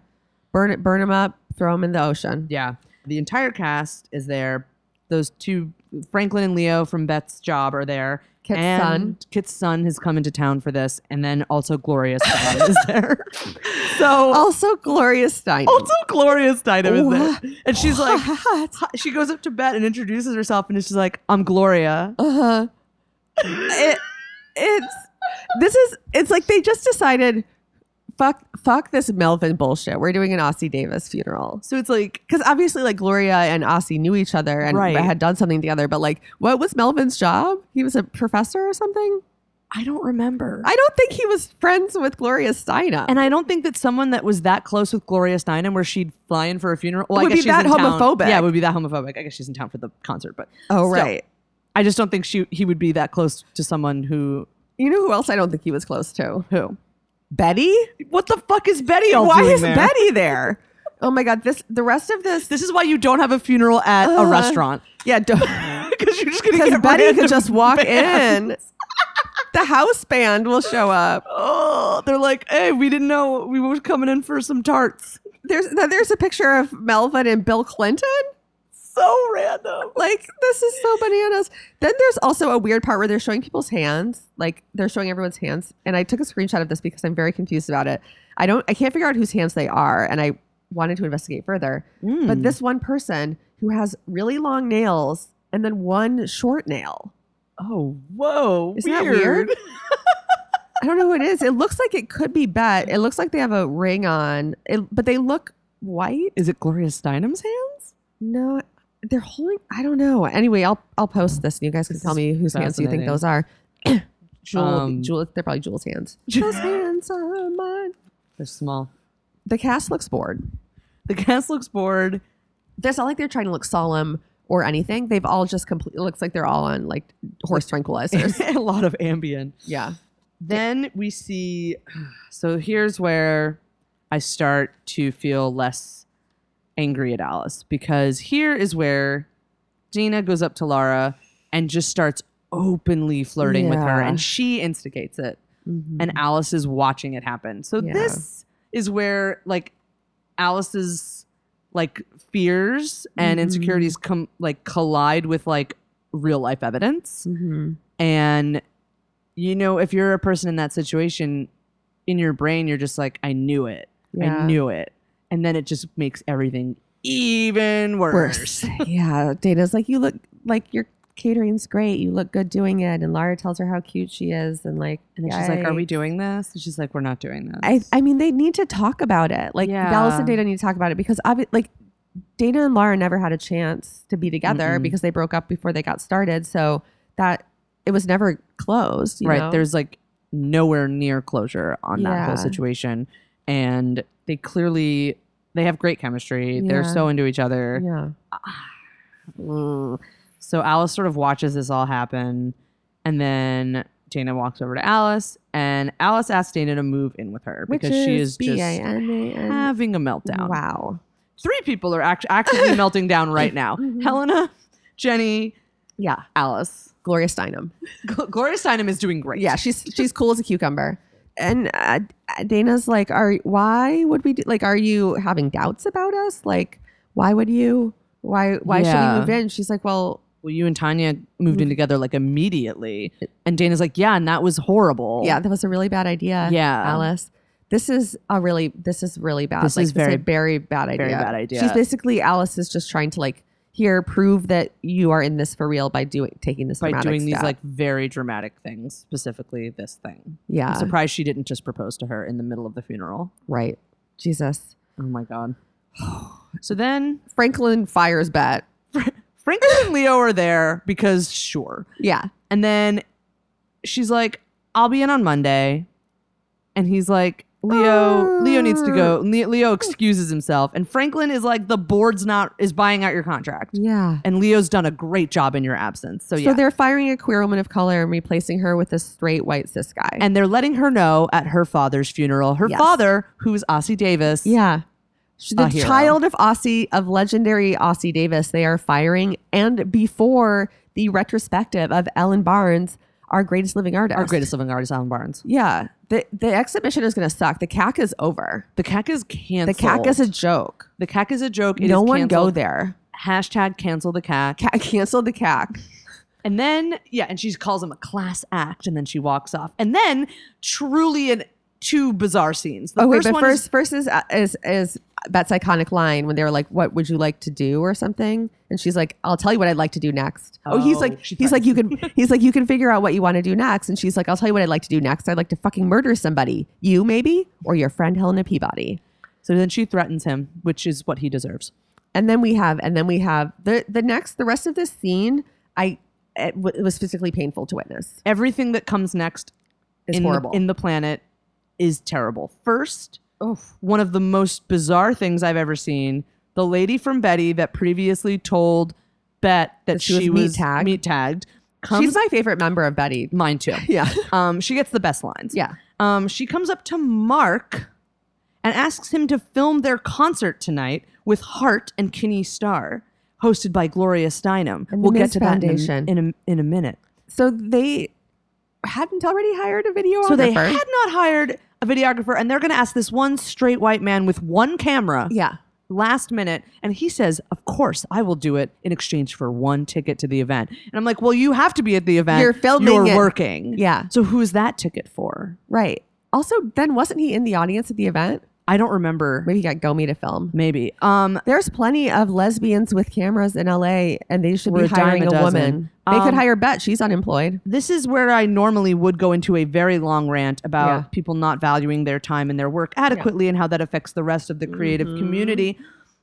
burn it, burn them up, throw them in the ocean.
Yeah, the entire cast is there. Those two, Franklin and Leo from Beth's job, are there.
Kit's
and
son.
Kit's son has come into town for this, and then also Gloria Steinem is there. So
Also, Gloria Steinem.
also Gloria Steinem is
What?
there, and she's like, hi- she goes up to Beth and introduces herself, and she's like, "I'm Gloria."
uh, it, it's this is it's like they just decided, fuck, fuck this Melvin bullshit. We're doing an Ossie Davis funeral.
So it's like
Because obviously, like Gloria and Ossie knew each other and
Right.
had done something together. But like, what was Melvin's job? He was a professor or something.
I don't remember.
I don't think he was friends with Gloria Steinem.
and I don't think that someone that was that close with Gloria Steinem, where she'd fly in for a funeral, well, I
would
guess
be
she's
that
in town.
homophobic.
Yeah, it would be that homophobic. I guess she's in town for the concert, but
oh
still.
right.
I just don't think she he would be that close to someone who
You know who else I don't think he was close to?
who.
Betty.
What the fuck is Betty all
Why
doing
is
there?
Betty there? Oh my god! This the rest of this.
This is why you don't have a funeral at a
Uh,
restaurant
Yeah, don't,
because you're just gonna
because
get
Betty
random
could just walk
bands.
in. The house band will show up.
Oh, they're like, hey, we didn't know we were coming in for some tarts.
There's there's a picture of Melvin and Bill Clinton.
So random.
Like this is so bananas. Then there's also a weird part where they're showing people's hands. Like they're showing everyone's hands, and I took a screenshot of this because I'm very confused about it. I don't I can't figure out whose hands they are, and I wanted to investigate further.
Hmm.
But this one person who has really long nails and then one short nail.
oh, whoa,
Isn't that weird? I don't know who it is. It looks like it could be Bet. It looks like they have a ring on, it, but they look white.
Is it Gloria Steinem's hands?
No, they're holding. I don't know. Anyway, I'll I'll post this and you guys can
This
tell
is
me whose hands you think
fascinating.
those are. Jewel,
Um,
Jewel, they're probably Jewel's hands. Those hands are mine.
They're small.
The cast looks bored.
The cast looks bored.
It's not like they're trying to look solemn or anything. They've all just completely. It looks like they're all on like horse tranquilizers.
a lot of Ambien.
yeah.
Then we see. So here's where I start to feel less angry at Alice because here is where Dina goes up to Lara and just starts openly flirting with her,
Yeah. Mm-hmm.
and she instigates it. and Alice is watching it happen. So
Yeah.
this is where like Alice's like fears and
Mhm.
insecurities come like collide with like real life evidence.
Mhm.
And you know, if you're a person in that situation, in your brain you're just like, I knew it. I
Yeah.
knew it. And then it just makes everything even worse.
worse. yeah, Dana's like, you look like your catering's great. You look good doing it. And Lara tells her how cute she is, and like,
And then she's like, Are we
yikes.
doing this? And she's like, We're not doing this.
I, I mean, they need to talk about it. Like,
Yeah.
Alice and Dana need to talk about it because, obvi- like, Dana and Lara never had a chance to be together
Mm-mm.
because they broke up before they got started. So that it was never closed. you
right
know?
there's like nowhere near closure on that
Yeah.
whole situation and they clearly they have great chemistry they're
Yeah.
so into each other
yeah.
Ugh. so alice sort of watches this all happen and then dana walks over to alice and alice asks dana to move in with her because she is just
B-A-N-A-N.
having a meltdown
Wow.
three people are act- actively melting down right now
Mhm.
helena jenny
Yeah.
alice
Gloria Steinem.
Gl- gloria steinem is doing great
Yeah, she's she's cool as a cucumber. And uh, Dana's like, "Are why would we do, like? Are you having doubts about us? Like, why would you? Why why should
Yeah.
we move in?" She's like, "Well,
Well, you and Tanya moved
Mm-hmm.
in together like immediately. And Dana's like, yeah, and that was horrible.
yeah, that was a really bad idea,
Yeah.
Alice. This is a really this is really bad.
Um, This
like,
is very-
a very bad idea.
very bad idea.
She's basically Alice is just trying to like here prove that you are in this for real by doing taking this
By
dramatic
doing these
step."
like very dramatic things, specifically this thing.
yeah
I'm surprised she didn't just propose to her in the middle of the funeral.
right Jesus.
Oh my God. So then
Franklin fires bat.
Franklin and Leo are there because sure.
Yeah.
And then she's like, I'll be in on Monday. And he's like, Leo, Leo needs to go. Le- Leo excuses himself. And Franklin is like, the board's not, is buying out your contract.
Yeah.
And Leo's done a great job in your absence. So, yeah.
So they're firing a queer woman of color and replacing her with this straight white cis guy.
and they're letting her know at her father's funeral. Her
Yes.
father, who's Ossie Davis,
yeah. She's
A
the
hero.
child of Ossie, of legendary Ossie Davis, they are firing. And before the retrospective of Ellen Barnes, our greatest living artist.
our greatest living artist, Alan Barnes.
Yeah. The, the exhibition is going to suck. The CAC is over.
The CAC is
The
canceled.
CAC is a joke.
the CAC is a joke. It is
no one go
canceled.
there.
Hashtag cancel the CAC.
Ca- canceled the CAC.
And then, yeah, and she calls him a class act, and then she walks off. And then, truly, an two bizarre scenes. The
oh wait,
first
but
one
first,
is
first is, uh, is is Bet's iconic line when they were like, "What would you like to do?" or something, and she's like, "I'll tell you what I'd like to do next." Oh, he's
Oh,
like,
she
he's
thought-
like, you can, he's like, you can figure out what you want to do next, and she's like, "I'll tell you what I'd like to do next. I'd like to fucking murder somebody, you maybe, or your friend Helena Peabody."
so then she threatens him, which is what he deserves.
And then we have, and then we have the the next, the rest of this scene. I it, w- it was physically painful to witness.
Everything that comes next
It's
in
horrible.
The, in the planet is terrible. First, one of the most bizarre things I've ever seen. The lady from Betty that previously told Bet that,
That she was meat tagged.
meat tagged comes
She's my favorite member of Betty.
mine too.
Yeah,
Um, she gets the best lines.
yeah.
Um, she comes up to Mark and asks him to film their concert tonight with Hart and Kinney Starr, hosted by Gloria
And
Steinem.
the
we'll get
Miz
to that in a-
Foundation.
in a, in a, minute.
So they hadn't already hired a videographer.
So they had not hired a videographer, and they're going to ask this one straight white man with one camera
yeah.
last minute. And he says, Of course, I will do it in exchange for one ticket to the event. And I'm like, Well, you have to be at the event.
You're filming
You're
it."
working.
Yeah.
So who is that ticket for?
Right. Also, then wasn't he in the audience at the event?
I don't remember.
Maybe he got Gomi to film.
Maybe. Um,
There's plenty of lesbians with cameras in LA, and they should
We're
be
a dime
hiring
a
a,
dozen.
woman. They could
Um,
hire Bet. She's unemployed.
this is where I normally would go into a very long rant about
Yeah.
people not valuing their time and their work adequately and how that affects the rest of the creative community.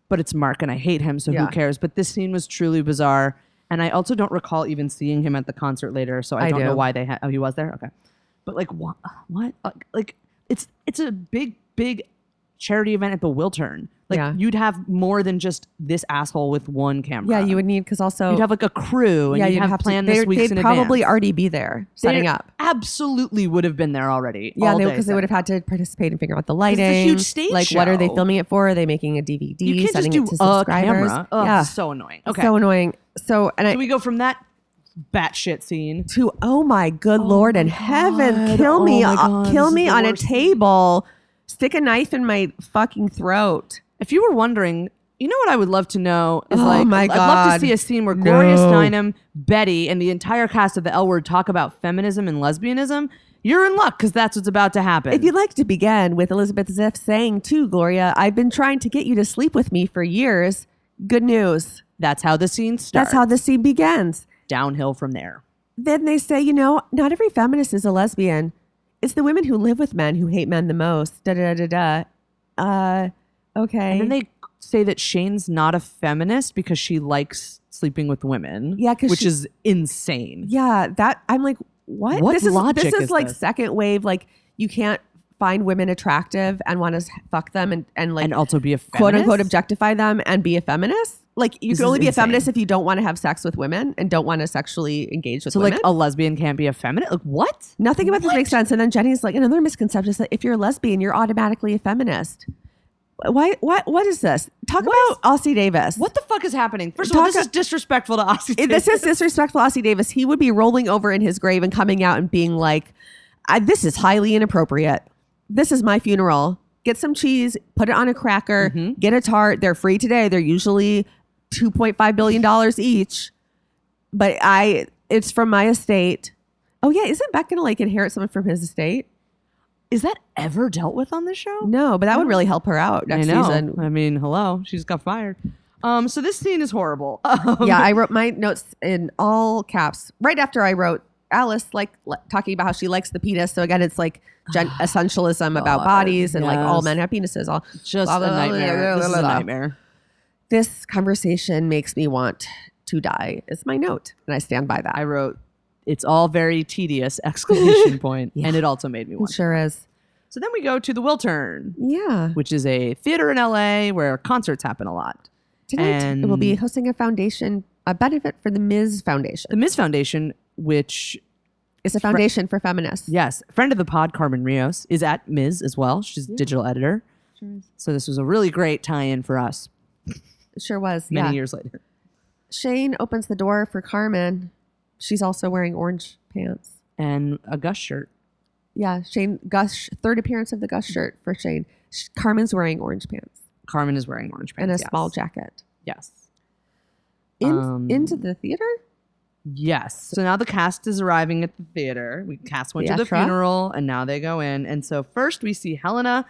But it's Mark and I hate him, so
Mm-hmm. Yeah.
who cares? But this scene was truly bizarre. And I also don't recall even seeing him at the concert later, so I,
I
don't know
do.
why they had. Oh, he was there. Okay, but like what? What? Like- Like it's it's a big big charity event at the Wiltern. Like
Yeah.
you'd have more than just this asshole with one camera.
Yeah, you would need because also
You'd have like a crew. And
yeah
Oh. you'd, have,
to-
planned
they-
this week's
They'd
in
probably
advance
already be there setting
they
up.
Absolutely would have been there already.
Yeah,
all day
because they, would have
setting
had to participate and figure out the
it's
lighting.
a huge stage
Like, what are they
show.
filming it for? Are they making a DVD?
up. You can't just
sending
do
it to
a
subscribers?
camera. Ugh,
yeah,
so annoying.
It's
Okay,
so annoying. So and I,
so we go from that batshit scene.
to oh my good lord in heaven
God.
kill me
Oh my
uh,
God, this
kill
is
me
the
on a
worst.
table stick a knife in my fucking throat
If you were wondering, you know what I would love to know is
Oh
like
my
I'd love to
God.
see a scene where Gloria
No.
Steinem, Betty, and the entire cast of the L Word talk about feminism and lesbianism. You're in luck because that's what's about to happen.
if you'd like to begin with elizabeth ziff saying to gloria i've been trying to get you to sleep with me for years good news
that's how the scene starts.
that's how the scene begins
downhill from there.
then they say you know not every feminist is a lesbian it's the women who live with men who hate men the most da da da da da uh okay
And then they say that Shane's not a feminist because she likes sleeping with women.
Yeah, 'cause
which
she-
is insane.
Yeah, that I'm like, what?
What
this is
logic
this is,
is
like
this?
second wave. Like you can't find women attractive and want to fuck them and and like
And also be a
quote unquote
feminist?
objectify them and be a feminist. Like you
This
can
is
only be a
insane.
feminist if you don't want to have sex with women and don't want to sexually engage with
So
women.
like a lesbian can't be a feminist. Like what?
Nothing about this makes sense. And then Jenny's like, another misconception is that if you're a lesbian, you're automatically a feminist. Why? What? What is this? Talk about Ossie Davis.
What the fuck is happening? First of all,
Talk
this
a-
is disrespectful to Ossie.
If this is disrespectful, Ossie Davis. He would be rolling over in his grave and coming out and being like, I, "This is highly inappropriate. This is my funeral. Get some cheese, put it on a cracker, get a tart. They're free today. They're usually two point five billion dollars each, but I it's from my estate. Oh yeah, isn't Beck gonna like inherit someone from his estate?
is that ever dealt with on this show?
No, but that would really help her out next
I know.
season.
I mean, hello, she's got fired. Um, so this scene is horrible. Um,
yeah, I wrote my notes in all caps right after I wrote Alice like le- talking about how she likes the penis. So again, it's like gen- essentialism about
God,
bodies and like all
yes.
men have penises. All
Just
Blah, blah,
a
blah, blah,
nightmare.
blah,
this is a
blah, blah.
nightmare.
this conversation makes me want to die. Is my note, and I stand by that.
I wrote, "It's all very tedious!" Exclamation point, and it also made me
It
want.
sure is.
So then we go to the Wiltern,
Yeah.
which is a theater in LA where concerts happen a lot.
Tonight it will be
And-
hosting a foundation, a benefit for the Ms. Foundation.
The Ms. Foundation, which
It's a foundation for feminists.
yes, friend of the pod, Carmen Rios, is at Ms. as well. She's digital editor. So this was a really great tie-in for us
It sure was.
many
yeah.
years later.
Shane opens the door for Carmen. She's also wearing orange pants.
And a Gus shirt.
Yeah, Shane Gus third appearance of the
Mm-hmm.
Gus shirt for Shane. Sh- Carmen's wearing orange pants
Carmen is wearing orange pants
and a
yes.
small jacket.
Yes.
In,
Um,
into the theater?
Yes. So now the cast is arriving at the theater. We cast went to the
Theatra.
funeral, and now they go in. And so first we see Helena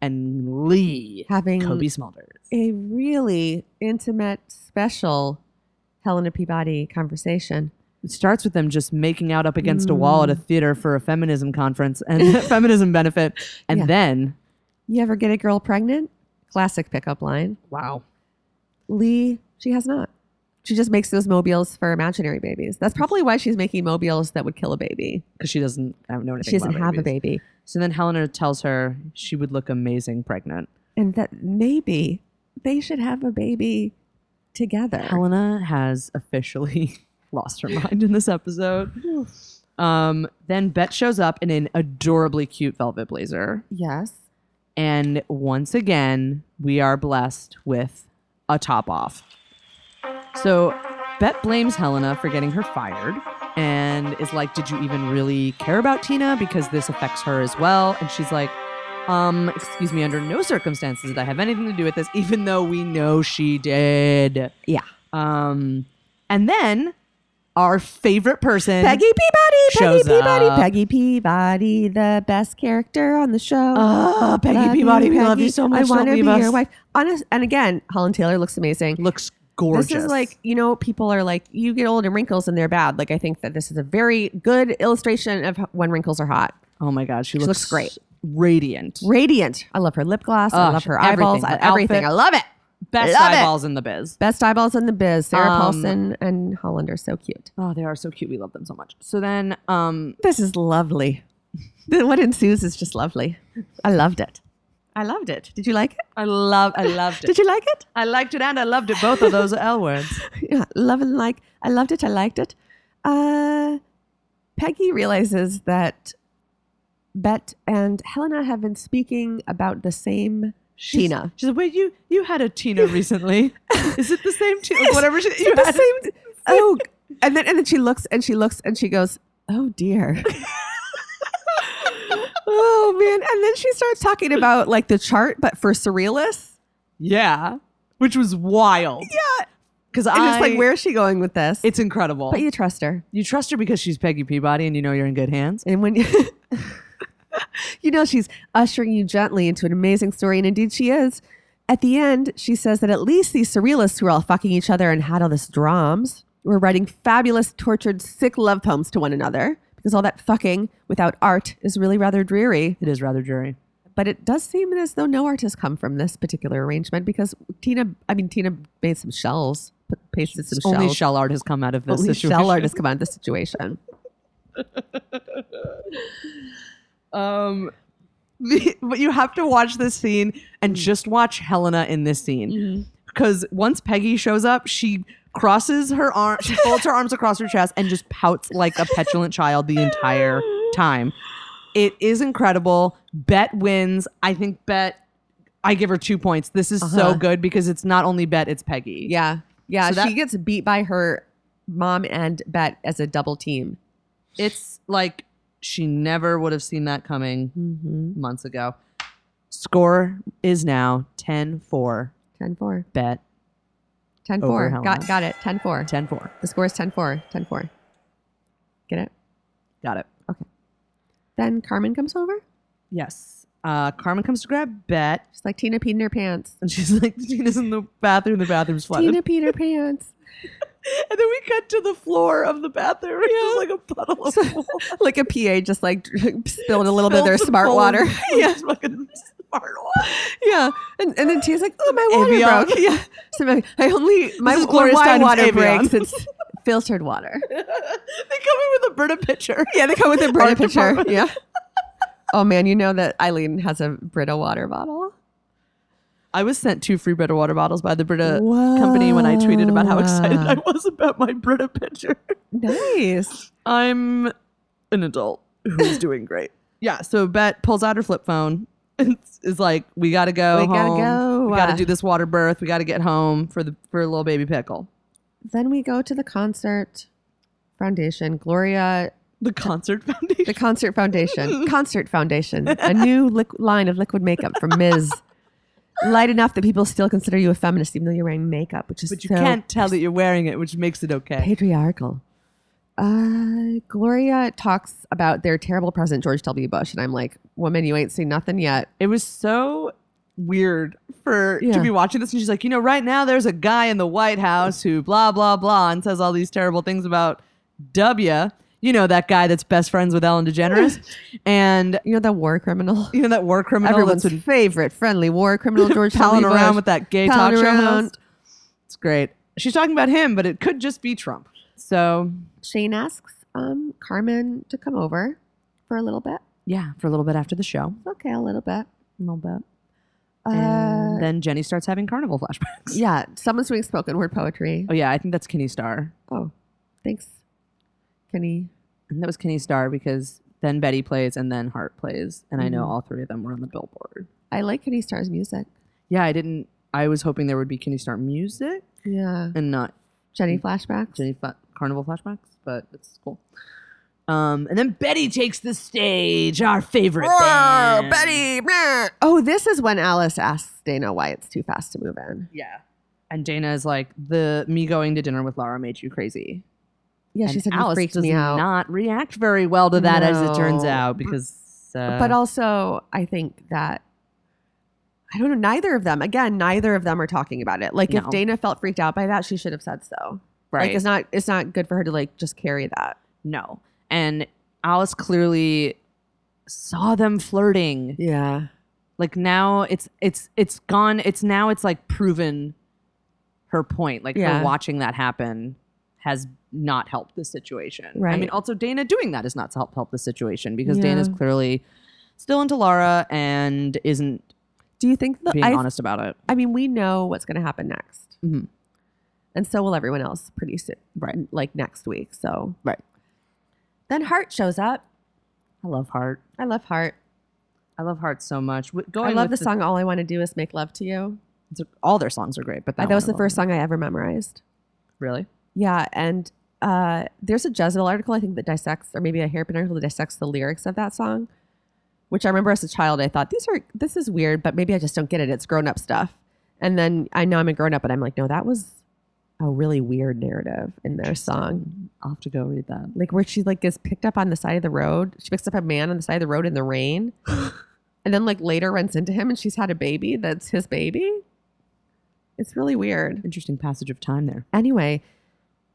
and Lee
Having
Kobe Smulders.
a really intimate, special Helena Peabody conversation.
It starts with them just making out up against a wall at
Mm.
a theater for a feminism conference and feminism benefit, and
Yeah.
then
You ever get a girl pregnant? Classic pickup line.
wow,
Lee, she has not. She just makes those mobiles for imaginary babies. That's probably why she's making mobiles that would kill a baby.
because she doesn't I don't know anything.
She doesn't
about
have a
babies.
baby.
So then Helena tells her she would look amazing pregnant.
And that maybe they should have a baby together.
Helena has officially lost her mind in this episode. Um, then Bet shows up in an adorably cute velvet blazer.
Yes.
And once again, we are blessed with a top off. So Bet blames Helena for getting her fired and is like, Did you even really care about Tina? Because this affects her as well. And she's like, um, excuse me, under no circumstances did I have anything to do with this, even though we know she did.
Yeah.
Um, and then our favorite person,
Peggy Peabody,
shows
Peggy Peabody,
up.
Peggy Peabody, the best character on the show.
Oh, Peggy
Love
Peabody,
you,
we love you
Peggy.
so much.
I want
Don't
to be
leave us.
your wife. Honest, and again, Holland Taylor looks amazing.
looks gorgeous.
This is like you know, people are like, you get old and wrinkles and they're bad. Like I think that this is a very good illustration of h- when wrinkles are hot.
oh my god, she,
looks great.
radiant,
Radiant. I love her lip gloss. I
Ugh,
love her
everything.
eyeballs.
Her
I- everything.
outfit.
I love it.
best
Love it.
eyeballs in the biz.
Best eyeballs in the biz. Sarah
Um,
Paulson and Holland are so cute.
Oh, they are so cute. We love them so much. So then, um,
This is lovely. what ensues is just lovely. I loved it. I loved it. Did you like it?
I love, I loved
Did you like it?
I liked it and I loved it. Both of those L words.
yeah, love and like. I loved it. I liked it. Uh, Peggy realizes that Bet and Helena have been speaking about the same Tina.
She said, "Wait, you you had a Tina recently? Is it the same Tina? Like, whatever she, you
the
had.
same. Oh, and then and then she looks and she looks and she goes, "Oh dear." oh man! And then she starts talking about like the chart, but for surrealists.
Yeah, which was wild. Yeah, because
And
I
it's like, where is she going with this?
It's incredible.
but you trust her.
You trust her because she's Peggy Peabody and you know you're in good hands.
And when you know she's ushering you gently into an amazing story, and indeed she is. At the end, she says that at least these surrealists who are all fucking each other and had all this drums were writing fabulous, tortured, sick love poems to one another because all that fucking without art is really rather dreary.
It is rather dreary.
But it does seem as though no art has come from this particular arrangement because Tina, I mean, Tina made some shells, put, pasted some
Only
shells.
shell art has come out of this
Only
situation.
shell art has come out of this situation.
Um, but you have to watch this scene
Mm.
and just watch Helena in this
Mm-hmm.
scene because once Peggy shows up, she crosses her arm, she folds her arms across her chest and just pouts like a petulant child the entire time. It is incredible. Bet wins. I think Bet. I give her two points. This is
Uh-huh.
so good because it's not only Bet, it's Peggy.
Yeah. Yeah.
So
she
that-
gets beat by her mom and Bet as a double team.
it's like she never would have seen that coming
Mm-hmm.
months ago. Score is now 10 4.
10 4.
Bet
10 4.
Over Helena.
Got, got it. 10 4.
10 4.
The score is 10 4. 10 4. Get it?
Got it.
Then Carmen comes over.
Yes. Uh, Carmen comes to grab Bet
She's like, Tina peed in her pants.
and she's like, Tina's in the bathroom. The bathroom's flooded.
Tina peed her pants.
And then we cut to the floor of the bathroom, which is like a puddle of
So- like a PA just like spilled a little bit of their
Spilled some
smart
bowl
water.
of-
yeah.
fucking smart water.
Yeah. And, and then Tia's like, oh, my water
Evian.
broke. Yeah. So I'm like, I only, my
is
when
glorious
my
times,
water
Evian.
breaks. It's filtered water.
they come in with a Brita pitcher.
Yeah, they come with a Brita
Art
pitcher.
department.
Yeah. Oh man, you know that Eileen has a Brita water bottle.
I was sent two free Brita water bottles by the Brita company when I tweeted about how excited I
Wow.
was about my Brita pitcher.
Nice.
I'm an adult who's doing great. Yeah, so Bet pulls out her flip phone and is like, "We gotta go.
We gotta
home.
go. uh,
We gotta do this water birth. We gotta get home for the for little baby pickle."
Then we go to the concert foundation. Gloria,
The concert foundation.
the concert foundation. concert foundation. A new liq- line of liquid makeup from Ms. Light enough that people still consider you a feminist, even though you're wearing makeup, which is
but you
so
can't tell that you're wearing it, which makes it okay.
patriarchal. Uh, Gloria talks about their terrible president, George W. Bush, and I'm like, woman, you ain't seen nothing yet.
It was so weird for
Yeah.
to be watching this, and she's like, "You know, right now there's a guy in the White House who blah blah blah and says all these terrible things about W. You know that guy that's best friends with Ellen DeGeneres, and
You know that war criminal.
you know that war criminal
Everyone's
that's been
favorite friendly war criminal George
palling
W. Bush.
around with that gay
Palling
talk show
around.
host. It's great. She's talking about him, but it could just be Trump. So
Shane asks um, Carmen to come over for a little bit.
yeah, for a little bit after the show,
Okay, a little bit.
a little bit,
Uh,
and then Jenny starts having carnival flashbacks.
yeah, someone's doing spoken word poetry.
Oh yeah, I think that's Kenny Starr.
Oh, thanks, Kenny.
And that was Kenny Starr because then Betty plays and then Hart plays. And I know
Mhm.
all three of them were on the billboard.
I like Kenny Starr's music.
Yeah, I didn't. I was hoping there would be Kenny Starr music
Yeah,
and not
Jenny flashbacks.
Mm. Jenny Fa- Carnival flashbacks, but it's cool. Um, and then Betty takes the stage, our favorite band.
Oh, this is when Alice asks Dana why it's too fast to move in.
Yeah. And Dana is like, the me going to dinner with Laura made you crazy.
Yeah, she
And
said it
Alice
freaked
does
me out.
not react very well to that, as it turns
No.
out, because uh,
but also I think that I don't know. Neither of them, again, neither of them are talking about it. Like if
No.
Dana felt freaked out by that, she should have said so. Like it's not it's not good for her to like just carry that.
No. And Alice clearly saw them flirting.
Yeah,
Like now it's it's it's gone. It's now it's like proven her point. Like
Yeah.
her watching that happen has not helped the situation. I mean,
Right.
also Dana doing that is not to help help the situation because
Yeah.
Dana's clearly still into Laura and isn't
Do you think that
being
I?
honest about it.
I mean, we know what's going to happen next,
Mhm.
and so will everyone else pretty soon,
Right.
like next week. So
Right.
Then Hart shows up.
I love Hart.
I love Hart.
I love Hart so much. W-
I
Going
love the
with
song "All I Want to Do Is Make Love to You."
All their songs are great, but that,
That, that was
one I
the first
love.
song I ever memorized.
Really?
Yeah, and uh, there's a Jezebel article I think that dissects, or maybe a Hairpin article that dissects the lyrics of that song. Which I remember as a child, I thought these are this is weird, but maybe I just don't get it. It's grown up stuff. And then I know I'm a grown up, and I'm like, no, that was a really weird narrative in their song.
I'll have to go read that.
Like where she like gets picked up on the side of the road. She picks up a man on the side of the road in the rain, and then like later runs into him, and she's had a baby that's his baby. It's really weird.
Interesting passage of time there.
Anyway,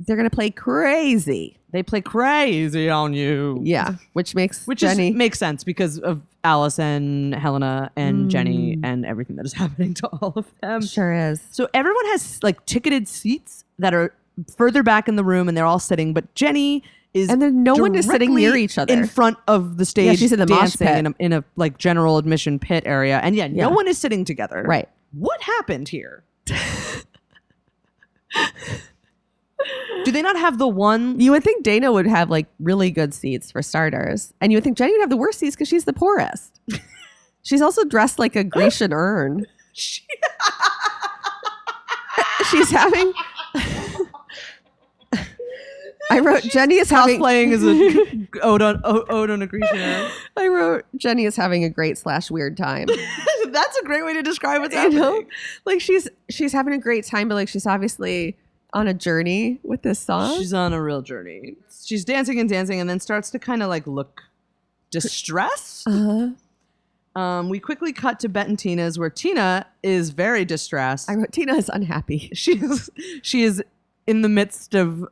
they're gonna play crazy.
They play crazy on you.
Yeah, which makes
Which
Jenny.
Is, makes sense because of Alice and Helena and Jenny and everything that is happening to all of them.
Mm. sure is.
So everyone has like ticketed seats that are further back in the room and they're all sitting, but Jenny is
And then no one is sitting
directly
near each other.
in front of the stage.
she's in the mosh
dancing
pit.
in a, in a like general admission pit area, and yeah,
Yeah.
no one is sitting together.
Right.
What happened here? Do they not have the one
You would think Dana would have like really good seats for starters, and you would think Jenny would have the worst seats because she's the poorest. she's also dressed like a Grecian urn. she's having. I wrote Jenny is having.
cosplaying as a ode on o- ode on a Grecian?
I wrote Jenny is having a great slash weird time.
That's a great way to describe what's
you
happening.
know like she's she's having a great time but like she's obviously on a journey with this song
She's on a real journey. She's dancing and dancing, and then starts to kind of like look distressed.
uh,
Um, we quickly cut to Bet and Tina's, where Tina is very distressed.
i wrote tina is unhappy
she is she is in the midst of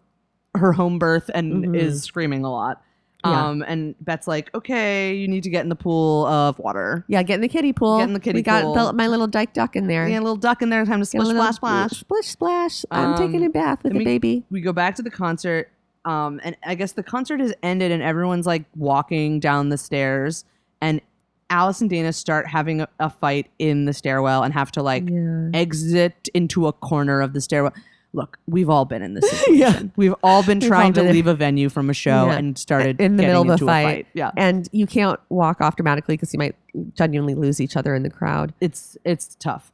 her home birth and
Mhm.
is screaming a lot.
Yeah.
Um, and Bet's like, okay, you need to get in the pool of water.
Yeah, get in the kiddie pool.
Get in the kiddie
we got
pool.
the- my little dyke duck in there.
Yeah, a little duck in there, time to
Get a
splish,
little-
splash, splash.
Splish, splash. I'm taking
Um,
a bath with
let
the
me-
baby.
we go back to the concert um and i guess the concert has ended and everyone's like walking down the stairs and alice and dana start having a, a fight in the stairwell and have to like
yeah.
exit into a corner of the stairwell look we've all been in this situation. we've all been
We've
trying
all
to
been in-
leave a venue from a show
Yeah.
and started
In the
getting
middle of a
into
fight.
yeah
And you can't walk off dramatically because you might genuinely lose each other in the crowd.
it's it's tough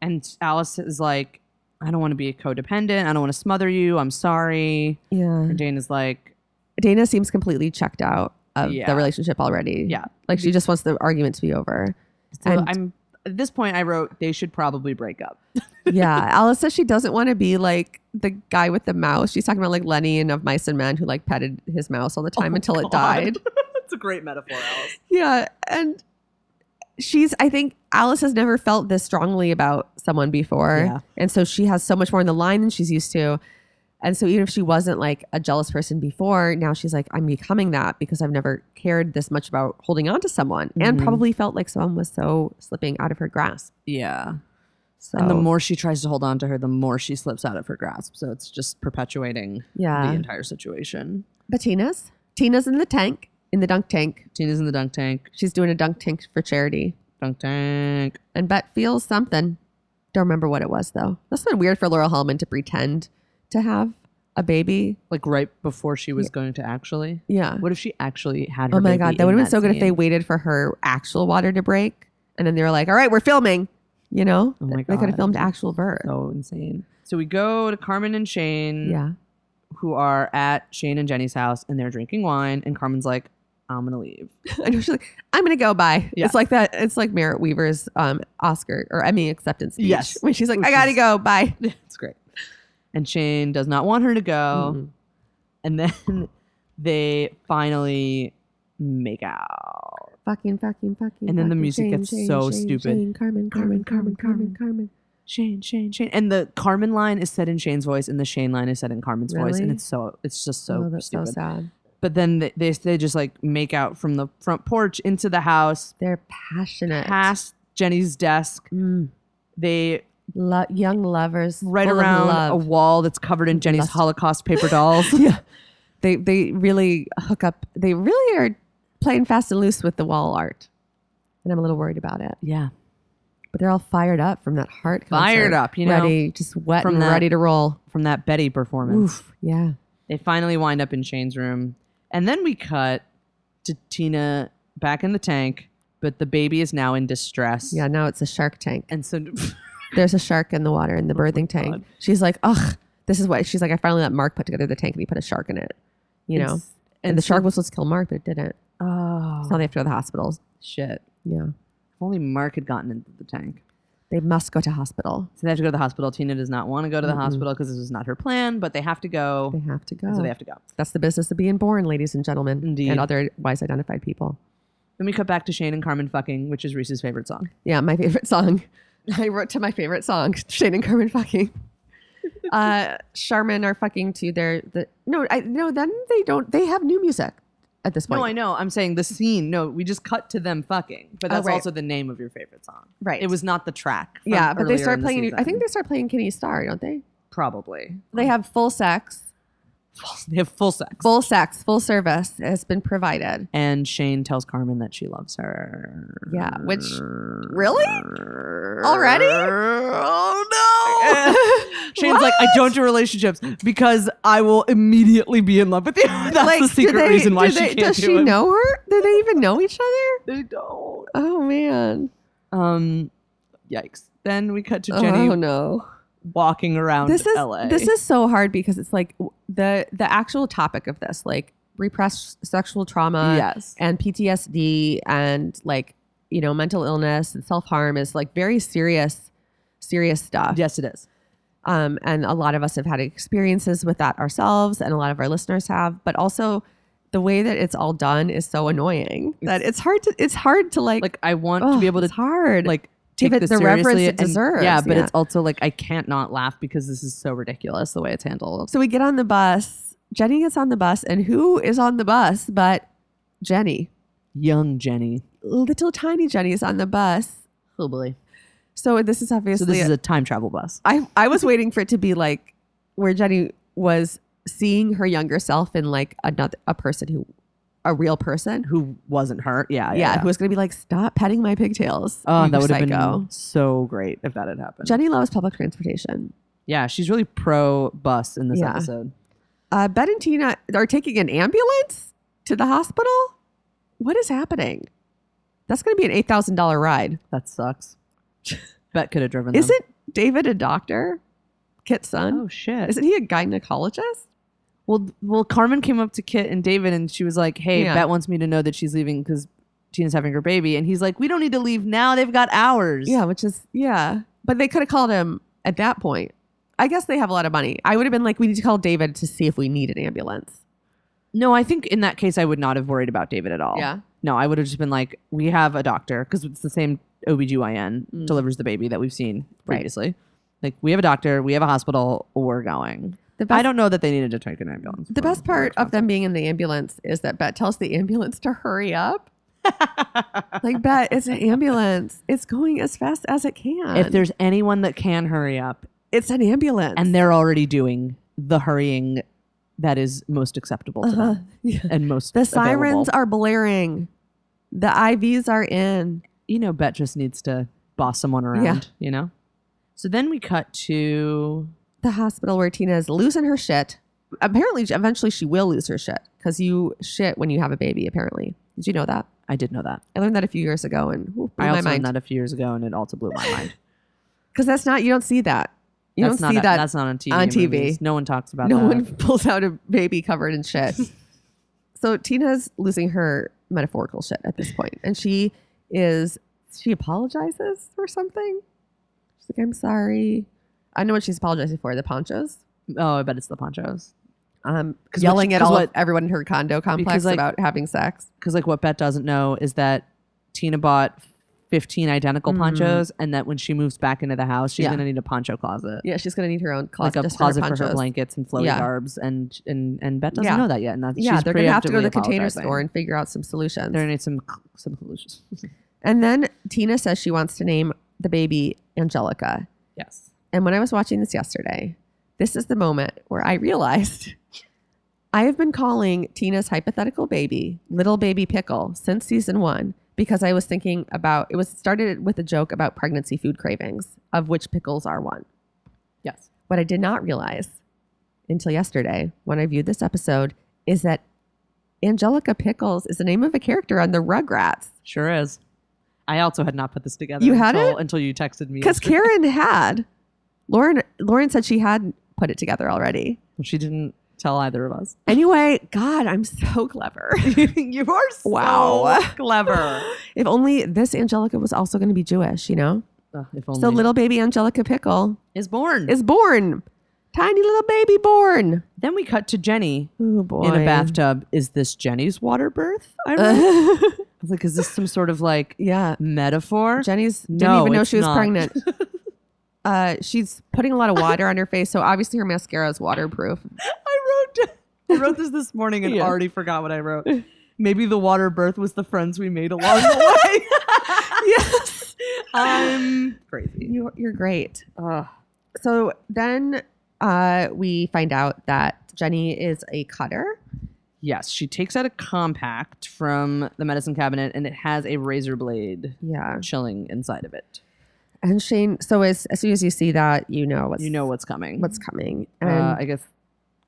and alice is like i don't want to be codependent i don't want to smother you i'm sorry
Yeah.
and dana's like
Dana seems completely checked out of
Yeah.
the relationship already.
Yeah.
Like she just wants the argument to be over.
So
And-
I'm at this point I wrote they should probably break up.
yeah. Alice says she doesn't want to be like the guy with the mouse. She's talking about like Lenny and of Mice and Men who like petted his mouse all the
Oh,
time until it died.
That's a great metaphor, Alice.
Yeah. And she's, I think Alice has never felt this strongly about someone before.
Yeah.
And so she has so much more in the line than she's used to. And so even if she wasn't like a jealous person before, now she's like, I'm becoming that because I've never cared this much about holding on to someone and
Mhm.
probably felt like someone was so slipping out of her grasp.
Yeah.
So,
And the more she tries to hold on to her, the more she slips out of her grasp. So it's just perpetuating the
yeah.
entire situation.
But Tina's, Tina's in the tank, in the dunk tank.
Tina's in the dunk tank.
She's doing a dunk tank for charity.
Dunk tank.
and Bet feels something. Don't remember what it was though. That's been weird for Laurel Hellman to pretend to have a baby.
Like right before she was going to actually.
Yeah.
What if she actually had her
Oh my
baby
god, that
in
would have been so good if they
scene?
waited for her actual water to break, and then they were like, "All right, we're filming." You know,
Oh my
they could have
God.
filmed actual birth.
so insane. So we go to Carmen and Shane,
Yeah.
who are at Shane and Jenny's house and they're drinking wine and Carmen's like, I'm gonna leave.
And she's like, "I'm gonna go by."
Yeah.
It's like that. It's like Merritt Weaver's um, Oscar or Emmy acceptance speech.
Yes.
When she's like,
Which
"I gotta
is-
go, bye."
It's great. And Shane does not want her to go.
Mhm.
And then they finally make out.
Fucking, fucking, fucking.
And then the
fucking
music
Shane,
gets
Shane,
so
Shane,
stupid.
Shane, Carmen, Carmen, Carmen, Carmen, Carmen.
Shane, Shane, Shane. And the Carmen line is said in Shane's voice, and the Shane line is said in Carmen's voice. And
Really?
it's so, it's just so
oh, that's
stupid.
so sad.
But then they, they, they just like make out from the front porch into the house,
They're passionate.
past Jenny's desk.
Mm.
They
Lo- young lovers.
right
full of
around a
love.
wall that's covered in Jenny's
Lust.
Holocaust paper dolls.
yeah. They they really hook up. They really are playing fast and loose with the wall art. And I'm a little worried about it.
yeah.
But they're all fired up from that heart concert.
Fired up, you know,
Ready, just wet
from
and
that-
ready to roll.
From that Betty performance.
Oof. Yeah.
They finally wind up in Shane's room. And then we cut to Tina back in the tank, but the baby is now in distress.
Yeah, now it's a shark tank.
And so
There's a shark in the water in the birthing
Oh God.
tank. She's like, ugh, this is what she's like, I finally let Mark put together the tank and he put a shark in it. You know?
it's-
And, the
so-
shark was supposed to kill Mark, but it didn't.
Oh
So now they have to go to the hospitals.
shit.
Yeah.
If only Mark had gotten into the tank.
They must go to hospital.
So they have to go to the hospital. Tina does not want to go to the
Mm-mm.
hospital because this was not her plan, but they have to
They
go.
have to go.
and So they have to go.
That's the business of being born, ladies and gentlemen,
Indeed.
and otherwise identified people.
Then we cut back to Shane and Carmen fucking, which is Reese's favorite song.
Yeah, my favorite song. I wrote to my favorite song, Shane and Carmen fucking. Uh, Charmin are fucking to their the no, I no. Then they don't. They have new music at this point.
No, I know. I'm saying the scene. No, we just cut to them fucking. But
Oh,
that's
right.
also the name of your favorite song.
Right.
It was not the track. from
yeah, but
earlier
they
in
start
the
playing. I
season.
think they start playing Kenny Star, don't they?
probably.
They have full sex,
They have full sex.
full sex, full service has been provided.
and Shane tells Carmen that she loves her.
Yeah, which really already.
Oh no! Shane's like, I don't do relationships because I will immediately be in love with you. That's
do
the secret
they-
reason why
do
she
they-
can't
does
do
she
it.
know her? Do they even know each other?
They don't.
Oh man.
Um, yikes. Then we cut to Jenny
Oh no.
walking around
This is
LA.
this is so hard because it's like w- the the actual topic of this like repressed sexual trauma
yes.
and PTSD and like you know mental illness and self harm is like very serious serious stuff.
Yes, it is.
Um, and a lot of us have had experiences with that ourselves, and a lot of our listeners have. But also, the way that it's all done is so annoying that it's hard to it's hard to like
Like I want to
ugh,
be able to
it's hard
like take
it
this
the reverence
seriously
it
and-
deserves,
Yeah, but
yeah.
it's also like I can't not laugh because this is so ridiculous the way it's handled.
So we get on the bus. Jenny gets on the bus, and who is on the bus but Jenny?
Young Jenny.
Little tiny Jenny is on the bus.
Oh boy.
So this is
So
obviously.
this is a time travel bus.
I I was waiting for it to be like where Jenny was seeing her younger self in like another a person who, a real person.
Who wasn't hurt? Ah, Yeah.
yeah, who was going to be like, stop petting my pigtails.
Oh,
you
that would have
psycho."
been so great if that had happened.
Jenny loves public transportation.
yeah, she's really pro bus in this
Yeah.
episode.
Uh, ben and Tina are taking an ambulance to the hospital. What is happening? That's going to be an eight thousand dollar ride.
That sucks. Bet could have driven. them.
Isn't David a doctor? Kit's son.
Oh shit.
Isn't he a gynecologist?
Well, well, Carmen came up to Kit and David, and she was like, "Hey,
Yeah.
Bet wants me to know that she's leaving because Tina's having her baby." And he's like, "We don't need to leave now. They've got hours."
Yeah, which is yeah. But they could have called him at that point. I guess they have a lot of money. I would have been like, we need to call David to see if we need an ambulance.
No, I think in that case, I would not have worried about David at all.
Yeah.
No, I would have just been like, "We have a doctor because it's the same OBGYN
Mm.
delivers the baby that we've seen
Right.
previously." Like, we have a doctor, we have a hospital, we're going.
The
I don't know that they needed to take an ambulance.
The
for-
best
for
part
that
of them being in the ambulance is that Bet tells the ambulance to hurry up. like Bet, it's an ambulance. It's going as fast as it can.
If there's anyone that can hurry up,
it's an ambulance.
and they're already doing the hurrying that is most acceptable to
Uh-huh.
them
Yeah.
and most
the sirens
available.
are blaring. The IVs are in.
you know bet just needs to boss someone around you know so then we cut to
the hospital where Tina is losing her shit. Apparently, eventually she will lose her shit because you shit when you have a baby. Apparently, did you know that?
i did know that
I learned that a few years ago, and whew, blew
i
my
also learned
mind
that a few years ago and it also blew my mind
because that's not you don't see that. You
that's
don't
not
see
a-
that.
that's not on tv
on TV.
movies. no one talks about
no
that
one pulls out a baby covered in shit. so Tina's losing her metaphorical shit at this point, and she is she apologizes for something. She's like, "I'm sorry." I know what she's apologizing for. The ponchos.
oh i bet it's the ponchos
Um,
'Cause what
yelling
she-
at
'cause
all
what-
everyone in her condo complex
Because, like-
about having sex.
because like what bet doesn't know is that tina bought 15 identical
Mm.
ponchos and that when she moves back into the house she's
Yeah.
gonna need a poncho closet
Yeah, she's gonna need her own closet,
like a
just
closet for her
ponchos.
blankets and flowy
Yeah.
garbs, and and and Bet doesn't
Yeah.
know that yet. And that's,
Yeah,
she's
they're gonna have to go to the
preemptively
container
apologizing.
store and figure out some solutions.
They're gonna need some some solutions.
and then Tina says she wants to name the baby Angelica.
yes,
And when I was watching this yesterday, this is the moment where I realized I have been calling Tina's hypothetical baby Little Baby Pickle since season one because I was thinking about it was started with a joke about pregnancy food cravings, of which pickles are one.
yes.
What I did not realize until yesterday when I viewed this episode is that Angelica Pickles is the name of a character on the Rugrats
Sure is. I also had not put this together.
You had
until, until you texted me.
because
yesterday.
Karen had. Lauren Lauren said she had put it together already.
she didn't tell either of us.
Anyway, God, I'm so clever.
you are so
Wow.
clever.
if only this Angelica was also going to be Jewish, you know?
Ugh, if only
So little baby Angelica Pickle
is born.
is born. Tiny little baby born.
then we cut to Jenny
Oh boy.
in a bathtub. Is this Jenny's water birth? I wrote. I was like, is this some sort of like
yeah.
metaphor?
Jenny's didn't
No,
even know
it's
she was
not.
pregnant. uh, she's putting a lot of water on her face, so obviously her mascara is waterproof.
I wrote I wrote this this morning and
Yeah.
already forgot what I wrote. Maybe the water birth was the friends we made along the way.
yes,
I'm crazy.
you're, you're great.
Ugh.
So then uh, we find out that Jenny is a cutter.
yes, she takes out a compact from the medicine cabinet and it has a razor blade
Yeah,
chilling inside of it.
and Shane. So as as soon as you see that, you know what's
You know what's coming.
what's coming. And
uh, I guess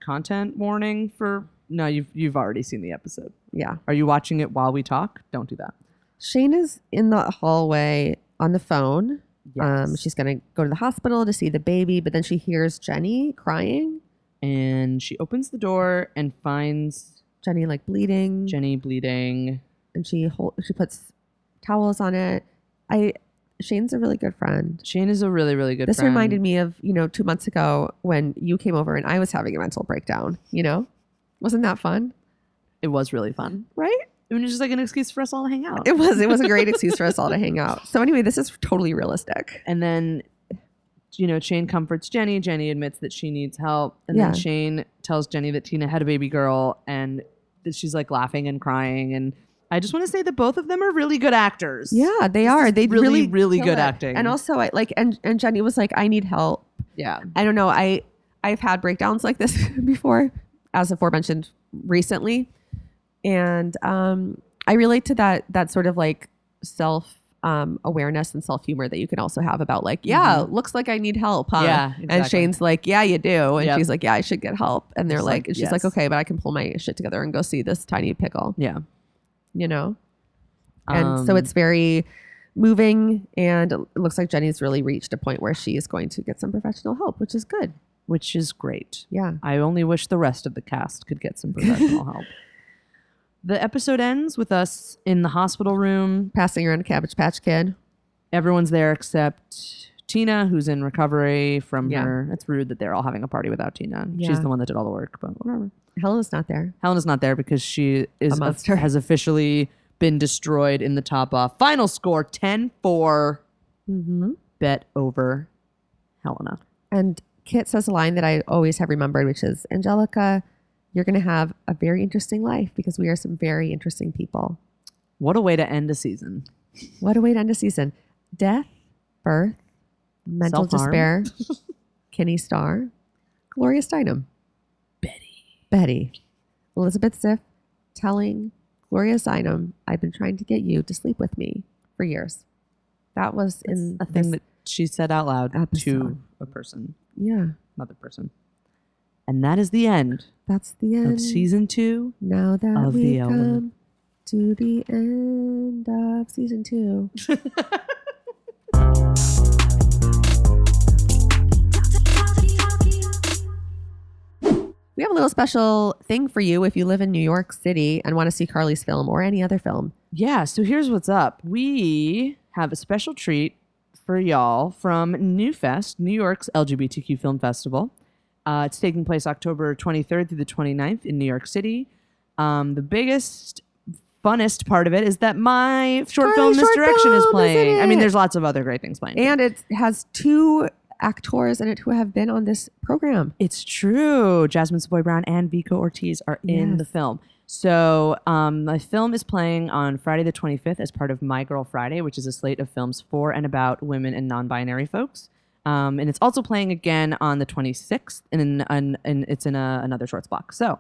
content warning for no, you've you've already seen the episode.
yeah,
Are you watching it while we talk? Don't do that.
Shane is in the hallway on the phone. Um,
Yes.
she's gonna go to the hospital to see the baby, but then she hears Jenny crying.
and she opens the door and finds
Jenny like bleeding.
Jenny bleeding.
and she hol- she puts towels on it. I Shane's a really good friend.
Shane is a really, really good
this
friend.
reminded me of you know two months ago when you came over and I was having a mental breakdown. You know, wasn't that fun?
It was really fun.
Right?
I mean, it's just like an excuse for us all to hang out.
It was. It was a great excuse for us all to hang out. So anyway, this is totally realistic.
and then you know Shane comforts Jenny. Jenny admits that she needs help, and
Yeah.
then Shane tells Jenny that Tina had a baby girl, and that she's like laughing and crying. And I just want to say that both of them are really good actors.
Yeah, they are. They
really,
really,
really
kill
good
it.
acting.
And also, I like and and Jenny was like, "I need help."
yeah,
I don't know. I I've had breakdowns like this before, as aforementioned recently, and um, I relate to that that sort of like self um, awareness and self humor that you can also have about like, yeah, looks like I need help, huh?
Mm-hmm. Yeah,
And
exactly.
Shane's like, yeah, you do, and
Yep.
she's like, yeah, I should get help, and they're
It's
like,
like,
and she's like,
yes.
okay, but I can pull my shit together and go see this tiny pickle,
yeah.
you know. And so
Um,
it's very moving and it looks like Jenny's really reached a point where she is going to get some professional help, which is good.
which is great.
Yeah.
I only wish the rest of the cast could get some professional help. The episode ends with us in the hospital room.
passing around a Cabbage Patch Kid.
Everyone's there except Tina, who's in recovery from
Yeah.
her. It's rude that they're all having a party without Tina.
Yeah.
She's the one that did all the work, but whatever.
Helena's not there.
Helena's not there because she is
A monster.
has officially been destroyed in the top off. Final score 10 4.
Mm-hmm.
Bet over Helena.
And Kit says a line that I always have remembered, which is Angelica, you're going to have a very interesting life because we are some very interesting people.
What a way to end a season.
What a way to end a season. Death, birth, mental
Self-harm.
despair, Kenny Starr, Gloria Steinem, Betty, Betty, Elizabeth Siff telling Gloria Steinem, I've been trying to get you to sleep with me for years. That was in
a
this-
thing that she said out loud
episode.
to a person,
yeah.
another person. And that is the end
That's the end.
of season two.
now that
of
we
the
come
album.
to the end of season two. we have a little special thing for you if you live in New York City and want to see Carly's film or any other film.
Yeah, so here's what's up. We have a special treat for y'all from NewFest, New York's LGBTQ Film Festival. Uh, it's taking place October 23rd through the 29th in New York City. Um, the biggest, funnest part of it is that my short
Carly
film
short
Misdirection
film is
is
in
playing. I mean,
it.
there's lots of other great things playing.
And it has two actors in it who have been on this program.
It's true. Jasmine Savoy Brown and Vico Ortiz are in
Yes.
the film. So um, my film is playing on Friday the 25th as part of My Girl Friday, which is a slate of films for and about women and non-binary folks. Um, and it's also playing again on the 26th, and, in, an and it's in a, another shorts block. So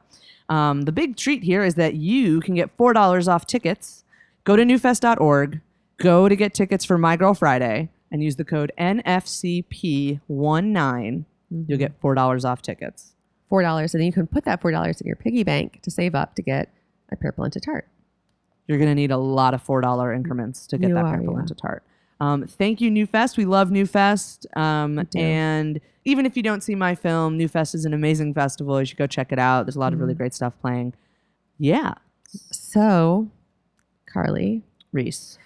um, the big treat here is that you can get four dollars off tickets. Go to newfest.org. Go to get tickets for My Girl Friday and use the code NFCP19. You'll get four dollars off tickets.
four dollars, and then you can put that four dollars in your piggy bank to save up to get a pear polenta tart.
You're gonna need a lot of four dollar increments to get
You
that
are,
purple
yeah.
into tart. Um, thank you, Newfest. We love Newfest. Um,
do.
and even if you don't see my film, Newfest is an amazing festival. You should go check it out. There's a lot of really
Mm-hmm.
great stuff playing. Yeah,
So, Carly,
Reese.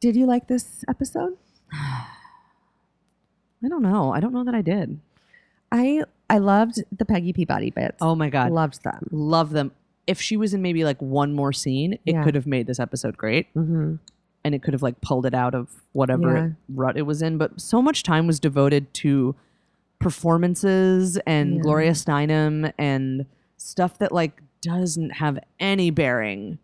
did you like this episode?
I don't know. I don't know that I did.
I I loved the Peggy Peabody bits.
Oh my god,
loved them.
love them. If she was in maybe like one more scene, it
Yeah.
could have made this episode great.
Mm-hmm.
and it could have like pulled it out of whatever
Yeah.
rut it was in. But so much time was devoted to performances and
Yeah.
Gloria Steinem and stuff that like doesn't have any bearing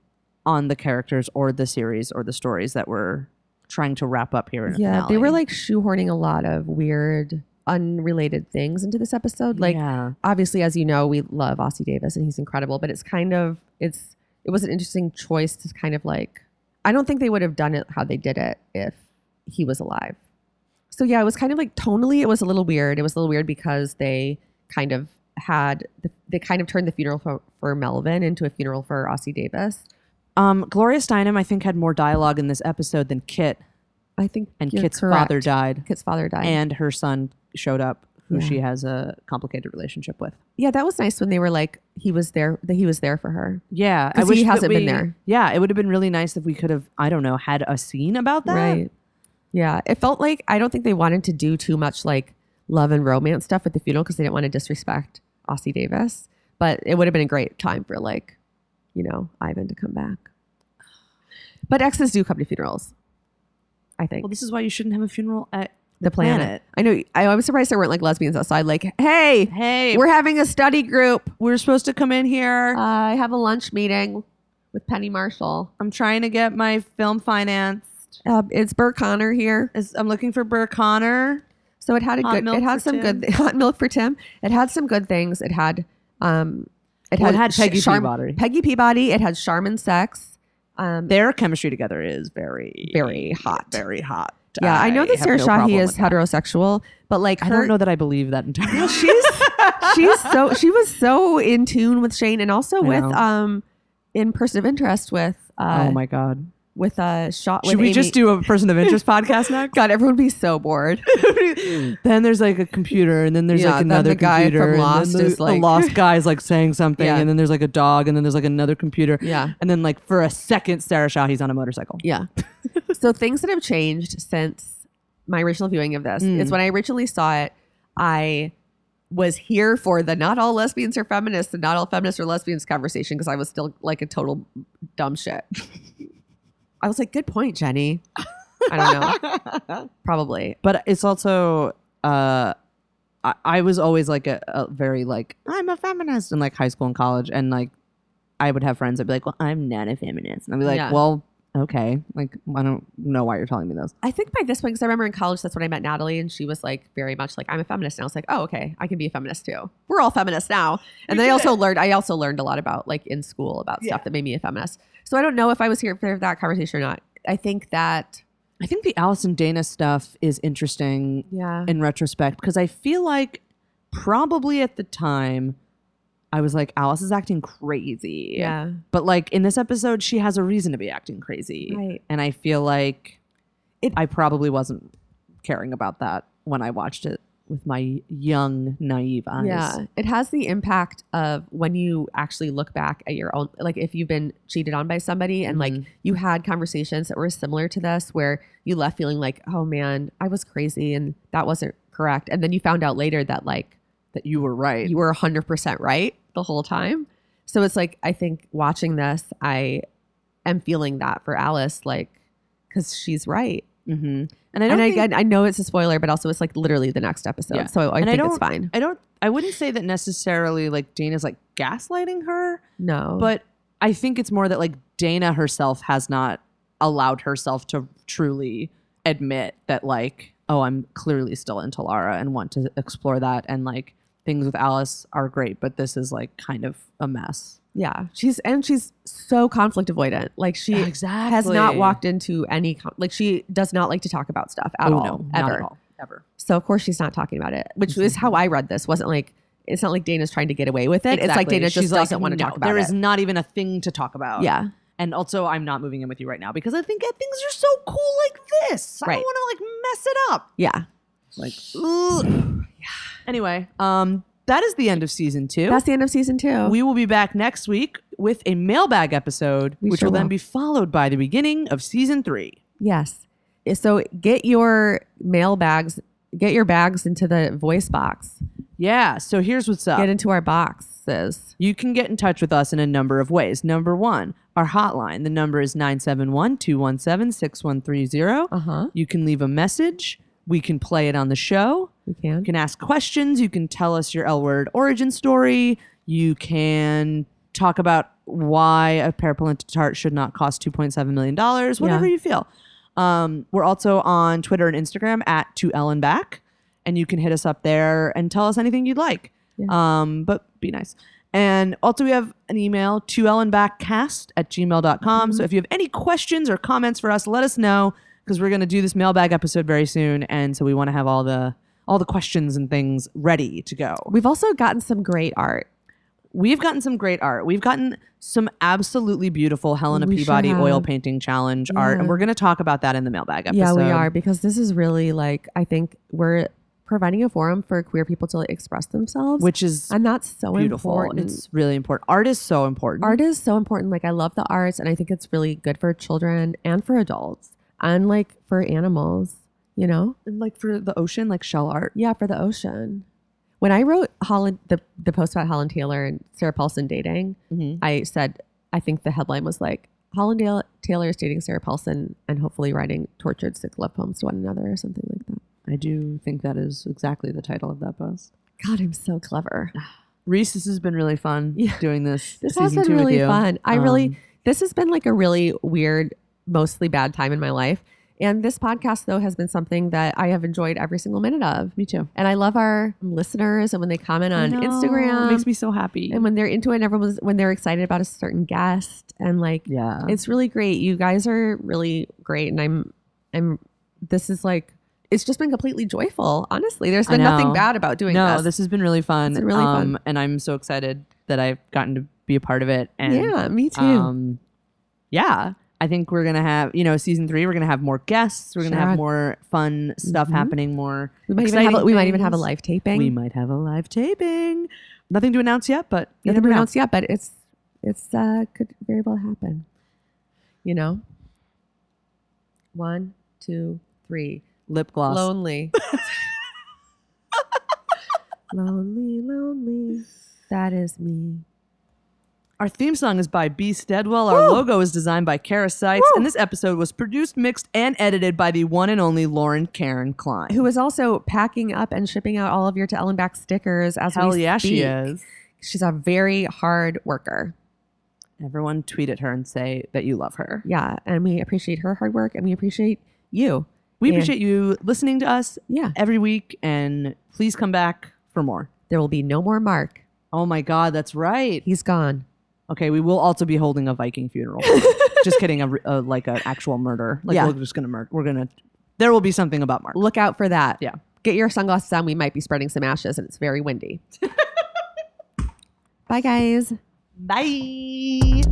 on the characters or the series or the stories that we're trying to wrap up here. In a
Yeah, they were
finale.
like shoehorning a lot of weird, unrelated things into this episode. Like
yeah,
obviously, as you know, we love Ossie Davis and he's incredible, but it's kind of it's it was an interesting choice to kind of like I don't think they would have done it how they did it if he was alive. So yeah, it was kind of like tonally it was a little weird. It was a little weird because they kind of had the, they kind of turned the funeral for, for Melvin into a funeral for Ossie Davis.
um, Gloria Steinem I think had more dialogue in this episode than Kit,
I think
and
you're
Kit's
correct.
father died,
Kit's father died.
and her son showed up, who
Yeah.
she has a complicated relationship with.
yeah, that was nice when they were like he was there that he was there for her.
Yeah,
'Cause he
that
hasn't been
we-
there.
Yeah, it would have been really nice if we could have, I don't know, had a scene about that.
Right. Yeah. It felt like I don't think they wanted to do too much like love and romance stuff with the funeral because they didn't want to disrespect Ossie Davis. But it would have been a great time for like, you know, Ivan to come back. But exes do come to funerals. I think
Well, this is why you shouldn't have a funeral at
the planet. I know. I, I was surprised there weren't like lesbians outside. Like, hey,
Hey,
we're having a study group. Uh,
we're supposed to come in here.
I have a lunch meeting with Penny Marshall.
I'm trying to get my film financed.
Uh, it's Burr Connor here.
Is- I'm looking for Burr Connor.
So it had a
Hot
good.
milk
It had
for
some good
Tim.
hot milk for Tim. It had some good things. It had um, it
Well,
had,
it had
Sh-
Peggy
Charm-
Peabody.
Peggy Peabody. It had Charmin sex. Um,
Their chemistry together is very,
Very hot.
Very hot.
yeah, I know that
have
Sarah
no problem
Shahi is
with that.
heterosexual, but like
I
her,
don't know that I believe that entirely.
she's she's so she was so in tune with Shane and also with
know.
um, in person of interest with uh,
oh my god.
with a shot.
Should we just do a person of interest podcast next?
God, everyone be so bored.
then there's like a computer, and then there's
Yeah,
like
then
another
the guy
computer,
from
and then
Lost
the-
is
the
like-
lost guy is like saying something,
Yeah.
and then there's like a dog, and then there's like another computer,
Yeah.
and then like for a second, Sarah Shahi's on a motorcycle.
Yeah. so things that have changed since my original viewing of this
Mm.
is when I originally saw it, I was here for the not all lesbians are feminists and not all feminists are lesbians conversation because I was still like a total dumb shit. I was like, good point, Jenny. I don't know. Probably.
But it's also, uh, I, I was always like a, a very like I'm a feminist in like high school and college, and like I would have friends that'd be like, well, I'm not a feminist, and I'd be like,
Yeah.
well, okay, like I don't know why you're telling me this.
I think by this point, because I remember in college, that's when I met Natalie, and she was like very much like, I'm a feminist. And I was like, oh, okay, I can be a feminist too. We're all feminists now. And then I also learned, I also learned a lot about like in school about stuff that made me a feminist. So I don't know if I was here for that conversation or not. I think that,
I think the Allison Dana stuff is interesting
yeah.
in retrospect because I feel like probably at the time I was like, Alice is acting crazy.
Yeah.
But like in this episode, she has a reason to be acting crazy.
Right.
And I feel like
It-
I probably wasn't caring about that when I watched it with my young, naive eyes.
Yeah. It has the impact of when you actually look back at your own, like if you've been cheated on by somebody and like
Mhm.
you had conversations that were similar to this where you left feeling like, oh man, I was crazy and that wasn't correct. And then you found out later that like,
That you were right.
you were 100% right the whole time. So it's like, I think watching this, I am feeling that for Alice, like, because she's right.
mm-hmm. And I don't
and
think-
again, I know it's a spoiler, but also it's like literally the next episode.
Yeah.
So I
And I
think it's
don't-
fine.
I don't I wouldn't say that necessarily like Dana's like gaslighting her.
No.
but I think it's more that like Dana herself has not allowed herself to truly admit that like oh I'm clearly still into Lara and want to explore that and like things with Alice are great but this is like kind of a mess.
yeah, she's, and she's so conflict avoidant. Like, she
exactly
has not walked into any, con- like, she does not like to talk about stuff at
oh,
all,
no,
ever.
not at all ever.
So of course she's not talking about it, which is how I read this. Wasn't like, it's not like Dana's trying to get away with it. It's like
Exactly.
Dana just
She's like,
doesn't want to
"No,
talk about
There
it.
is not even a thing to talk about.
yeah.
And also, I'm not moving in with you right now because I think that things are so cool like this. I
Right.
don't want to like mess it up.
Yeah.
Like, anyway, um, that is the end of season two.
That's the end of season two.
we will be back next week with a mailbag episode,
We
which
sure
will then
will.
be followed by the beginning of season three.
yes. So get your mail bags, get your bags into the voice box,
Yeah. So here's what's up.
get into our boxes.
You can get in touch with us in a number of ways. Number one, our hotline. The number is 971 217 6130.
Uh huh.
You can leave a message. We can play it on the show.
We can.
You can ask questions. You can tell us your L word origin story. You can talk about why a paraplegic tart should not cost $2.7 million, whatever
Yeah.
you feel. Um, we're also on Twitter and Instagram at to Ellen back, and you can hit us up there and tell us anything you'd like.
Yeah.
Um, but be nice. And also, we have an email to ellenbackcast at gmail.com. So
Mm-hmm.
if you have any questions or comments for us, let us know because we're going to do this mailbag episode very soon. And so we want to have all the all the questions and things ready to go.
We've also gotten some great art.
We've gotten some great art. We've gotten some absolutely beautiful Helena
We sure
Peabody oil
have.
painting challenge art. And
Yeah.
we're going to talk about that in the mailbag episode.
Yeah, we are because this is really like I think we're providing a forum for queer people to like, express themselves,
Which is
and that's so
beautiful.
important.
It's really important. Art is so important.
art is so important. Like I love the arts, and I think it's really good for children and for adults, and like for animals. You know.
And, like for the ocean, like shell art.
Yeah, for the ocean. When I wrote Holland the, the post about Holland Taylor and Sarah Paulson dating,
Mhm.
I said I think the headline was like Hollandale Taylor is dating Sarah Paulson and hopefully writing tortured sick love poems to one another or something like that.
I do think that is exactly the title of that post.
God, I'm so clever.
Reese, this has been really fun
Yeah.
doing this.
This
season
has been
two with
really
you.
fun. I
Um,
really, this has been like a really weird, mostly bad time in my life. And this podcast, though, has been something that I have enjoyed every single minute of.
me too.
And I love our listeners and when they comment on
I know.
Instagram
It makes me so happy.
and when they're into it and everyone's, when they're excited about a certain guest and like,
yeah. It's,
it's really great. You guys are really great. And I'm, I'm, this is like, it's just been completely joyful. Honestly, there's
I
been nothing
know.
bad about doing
no,
this.
this has been really fun. um,
It's been really fun.
And I'm so excited that I've gotten to be a part of it. And
yeah, me too.
um, yeah, I think we're gonna have you know season three. We're gonna have more guests. We're gonna
Sure.
have more fun stuff
Mhm.
happening. More
we might even have, a,
exciting
we might even have a
things.
live taping.
We might have a live taping. Nothing to announce yet, but you
nothing
never know.
pronounced yet, but it's it's uh could very well happen. You know? One, two, three.
Lip gloss.
Lonely. lonely, lonely. That is me.
Our theme song is by B. Steadwell. Our logo is designed by Kara Seitz. And this episode was produced, mixed, and edited by the one and only Lauren Karen Klein.
Who is also packing up and shipping out all of your to Ellen Back stickers as
Hell
we
yeah, she
speak.
is.
She's a very hard worker.
Everyone tweet at her and say that you love her.
Yeah. And we appreciate her hard work and we appreciate you.
We
Yeah.
appreciate you listening to us
Yeah.
every week, and please come back for more.
There will be no more Mark.
Oh my God, that's right.
He's gone.
Okay, we will also be holding a Viking funeral. just kidding, a, re- a, like an actual murder. Like
Yeah.
we're just gonna murder. We're gonna. There will be something about Mark.
look out for that.
Yeah.
Get your sunglasses on. We might be spreading some ashes and it's very windy. Bye, guys.
Bye.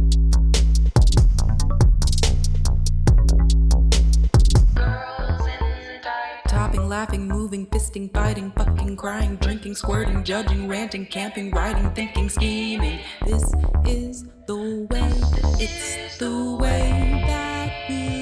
Topping, laughing, moving, fisting, fighting, fucking, crying, drinking, squirting, judging, ranting, camping, writing, thinking, scheming. This is the way, it's the way that we Oh,